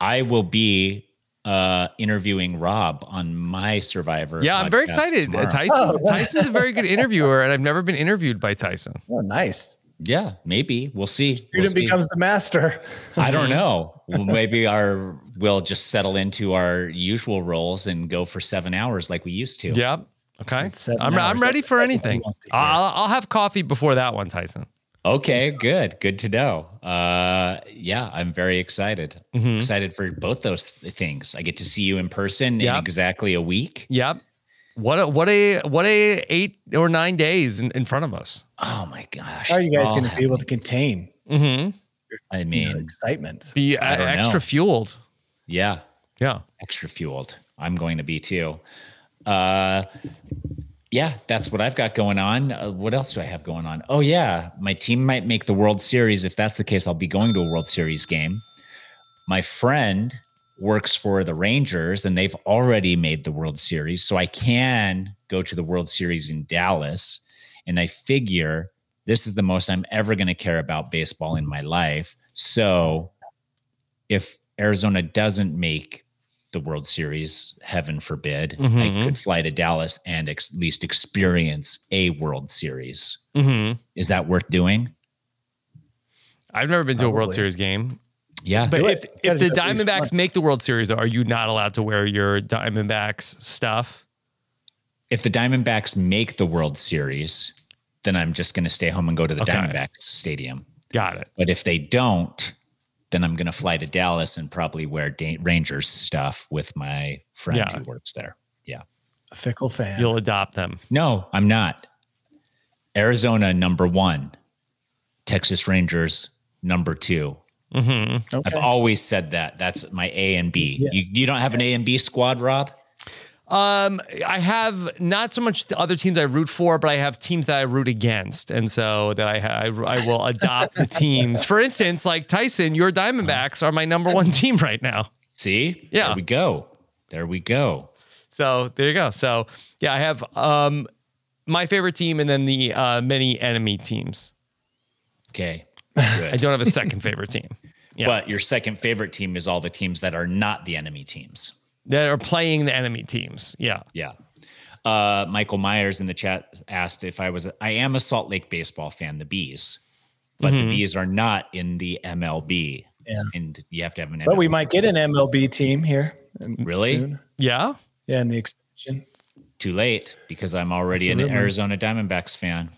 Speaker 7: I will be uh interviewing Rob on my Survivor.
Speaker 5: Yeah, I'm very
Speaker 7: podcast
Speaker 5: excited.
Speaker 7: tomorrow. Oh.
Speaker 5: Tyson's, Tyson's a very good interviewer, and I've never been interviewed by Tyson.
Speaker 8: Oh, nice.
Speaker 7: Yeah, maybe. We'll see. We'll
Speaker 8: Student
Speaker 7: see.
Speaker 8: becomes the master.
Speaker 7: I don't know. Well, maybe our we'll just settle into our usual roles and go for seven hours like we used to.
Speaker 5: Yep. Okay. I'm,
Speaker 7: hours.
Speaker 5: I'm ready for
Speaker 7: That's
Speaker 5: anything. I'll, I'll have coffee before that one, Tyson.
Speaker 7: Okay, good. Good to know. Uh yeah, I'm very excited.
Speaker 5: Mhm.
Speaker 7: Excited for both those th- things. I get to see you in person in exactly a week.
Speaker 5: Yep. What a what a what a eight or nine days in, in front of us.
Speaker 7: Oh my gosh.
Speaker 8: How are you
Speaker 5: it's
Speaker 8: guys
Speaker 5: all
Speaker 8: going to be able to contain
Speaker 5: Mm-hmm.
Speaker 7: I
Speaker 8: you know,
Speaker 7: mean,
Speaker 8: excitement?
Speaker 5: Be
Speaker 7: I
Speaker 5: uh,
Speaker 7: don't
Speaker 5: extra
Speaker 7: know.
Speaker 5: fueled.
Speaker 7: Yeah.
Speaker 5: Yeah.
Speaker 7: Extra fueled. I'm going to be too. Uh yeah, that's what I've got going on. Uh, what else do I have going on? Oh yeah, my team might make the World Series. If that's the case, I'll be going to a World Series game. My friend works for the Rangers and they've already made the World Series, so I can go to the World Series in Dallas and I figure this is the most I'm ever going to care about baseball in my life. So if Arizona doesn't make the World Series, heaven forbid, I
Speaker 5: Mhm.
Speaker 7: could fly to Dallas and ex- at least experience a World Series.
Speaker 5: Mm-hmm.
Speaker 7: Is that worth doing?
Speaker 5: I've never been to a World
Speaker 7: Probably.
Speaker 5: Series game.
Speaker 7: Yeah.
Speaker 5: But
Speaker 7: Do
Speaker 5: if,
Speaker 7: it.
Speaker 5: if
Speaker 7: Gotta
Speaker 5: the
Speaker 7: do at least
Speaker 5: Diamondbacks
Speaker 7: one.
Speaker 5: make the World Series, are you not allowed to wear your Diamondbacks stuff?
Speaker 7: If the Diamondbacks make the World Series, then I'm just going to stay home and go to the
Speaker 5: Okay.
Speaker 7: Diamondbacks stadium.
Speaker 5: Got it.
Speaker 7: But if they don't, then I'm going to fly to Dallas and probably wear da- Rangers stuff with my friend
Speaker 5: Yeah.
Speaker 7: who works there. Yeah.
Speaker 8: A fickle fan.
Speaker 5: You'll adopt them.
Speaker 7: No, I'm not. Arizona number one, Texas Rangers number 2
Speaker 5: Mm-hmm.
Speaker 7: I've always said that. That's my A and B. You, you don't have an A and B squad, Rob?
Speaker 5: Um, I have not so much the other teams I root for, but I have teams that I root against, and so that I ha- I, I will adopt the teams. For instance, like Tyson, your Diamondbacks are my number one team right now.
Speaker 7: See?
Speaker 5: Yeah.
Speaker 7: There we go. There we go.
Speaker 5: So there you go. So yeah, I have um my favorite team and then the uh, many enemy teams.
Speaker 7: Okay.
Speaker 5: I don't have a second favorite team. Yeah.
Speaker 7: But your second favorite team is all the teams that are not the enemy teams.
Speaker 5: That are playing the enemy teams. Yeah.
Speaker 7: Yeah. Uh, Michael Myers in the chat asked if I was, I am a Salt Lake baseball fan, the Bees, but
Speaker 8: Mhm.
Speaker 7: the Bees are not in the MLB.
Speaker 8: Yeah.
Speaker 7: And you have to have an
Speaker 8: But we might get an MLB team here.
Speaker 7: Really?
Speaker 5: Yeah.
Speaker 8: Yeah, in the expansion.
Speaker 7: Too late because I'm already
Speaker 8: It's a
Speaker 7: an
Speaker 8: rumor.
Speaker 7: Arizona Diamondbacks fan.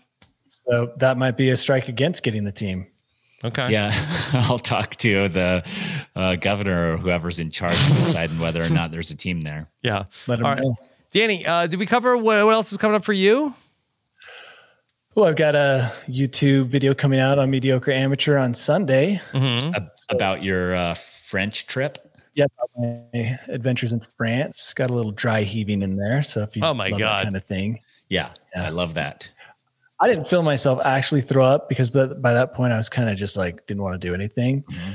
Speaker 8: So that might be a strike against getting the team.
Speaker 5: Okay.
Speaker 7: Yeah, I'll talk to the uh, governor or whoever's in charge of deciding whether or not there's a team there.
Speaker 5: Yeah.
Speaker 8: Let him
Speaker 5: All right.
Speaker 8: know.
Speaker 5: Danny, uh, did we cover what, what else is coming up for you?
Speaker 8: Oh, I've got a YouTube video coming out on Mediocre Amateur on Sunday.
Speaker 7: Ab- about your uh, French trip.
Speaker 8: Yep, my adventures in France. Got a little dry heaving in there. So if you
Speaker 7: Oh my
Speaker 8: love
Speaker 7: God.
Speaker 8: that kind of thing,
Speaker 7: Yeah, I love that.
Speaker 8: I didn't feel myself actually throw up because by, by that point I was kind of just like didn't want to do anything.
Speaker 7: Mm-hmm.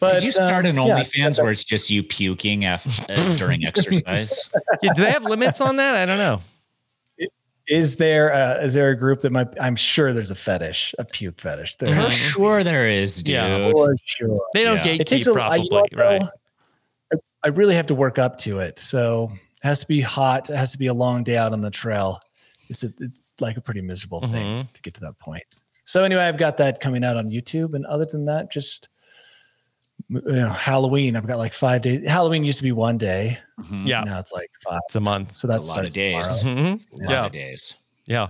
Speaker 8: But
Speaker 7: Did you start
Speaker 8: um,
Speaker 7: an
Speaker 8: yeah,
Speaker 7: OnlyFans where it's just you puking af- uh, during exercise?
Speaker 5: Yeah, do they have limits on that? I don't know.
Speaker 8: Is there a, is there a group that might? I'm sure there's a fetish, a pube fetish. There
Speaker 7: For
Speaker 8: is.
Speaker 7: sure there is, dude.
Speaker 8: Yeah. For sure.
Speaker 5: They don't
Speaker 8: It
Speaker 5: gatekeep,
Speaker 8: takes a- I- you
Speaker 5: probably,
Speaker 8: know what, though?
Speaker 5: right?
Speaker 8: I, I really have to work up to it. So it has to be hot. It has to be a long day out on the trail. It's a, it's like a pretty miserable thing to get to that point. So anyway, I've got that coming out on YouTube, and other than that, just you know, Halloween. I've got like five days. Halloween used to be one day.
Speaker 5: Yeah.
Speaker 8: now it's like five.
Speaker 5: It's a month.
Speaker 8: So that's a lot of days.
Speaker 5: Mhm. Yeah.
Speaker 7: days.
Speaker 5: Yeah.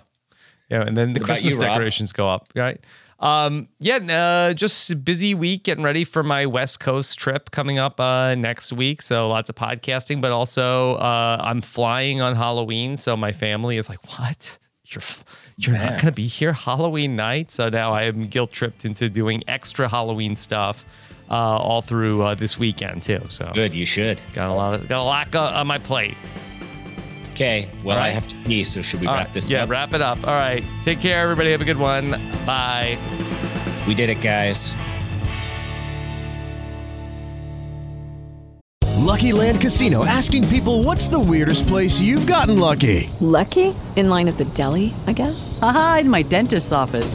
Speaker 5: Yeah. And then the
Speaker 7: What about you,
Speaker 5: Christmas
Speaker 7: Rob?
Speaker 5: decorations go up, right? Um, yeah, n- uh, just a busy week getting ready for my West Coast trip coming up uh, next week. So lots of podcasting, but also uh, I'm flying on Halloween. So my family is like, "What? You're f- you're not going to be here Halloween night?" So now I am guilt tripped into doing extra Halloween stuff uh, all through uh, this weekend too. So
Speaker 7: good, you should.
Speaker 5: Got a lot of got a lot uh, on my plate.
Speaker 7: Okay. Well,
Speaker 5: All
Speaker 7: I
Speaker 5: right.
Speaker 7: have to pee, so should we
Speaker 5: All
Speaker 7: wrap
Speaker 5: right.
Speaker 7: this
Speaker 5: yeah,
Speaker 7: up?
Speaker 5: wrap it up. All right. Take care, everybody. Have a good one. Bye.
Speaker 7: We did it, guys.
Speaker 13: Lucky Land Casino asking people what's the weirdest place you've gotten lucky?
Speaker 3: Lucky? In line at the deli, I guess?
Speaker 14: Aha, in my dentist's office.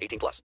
Speaker 9: 18 plus.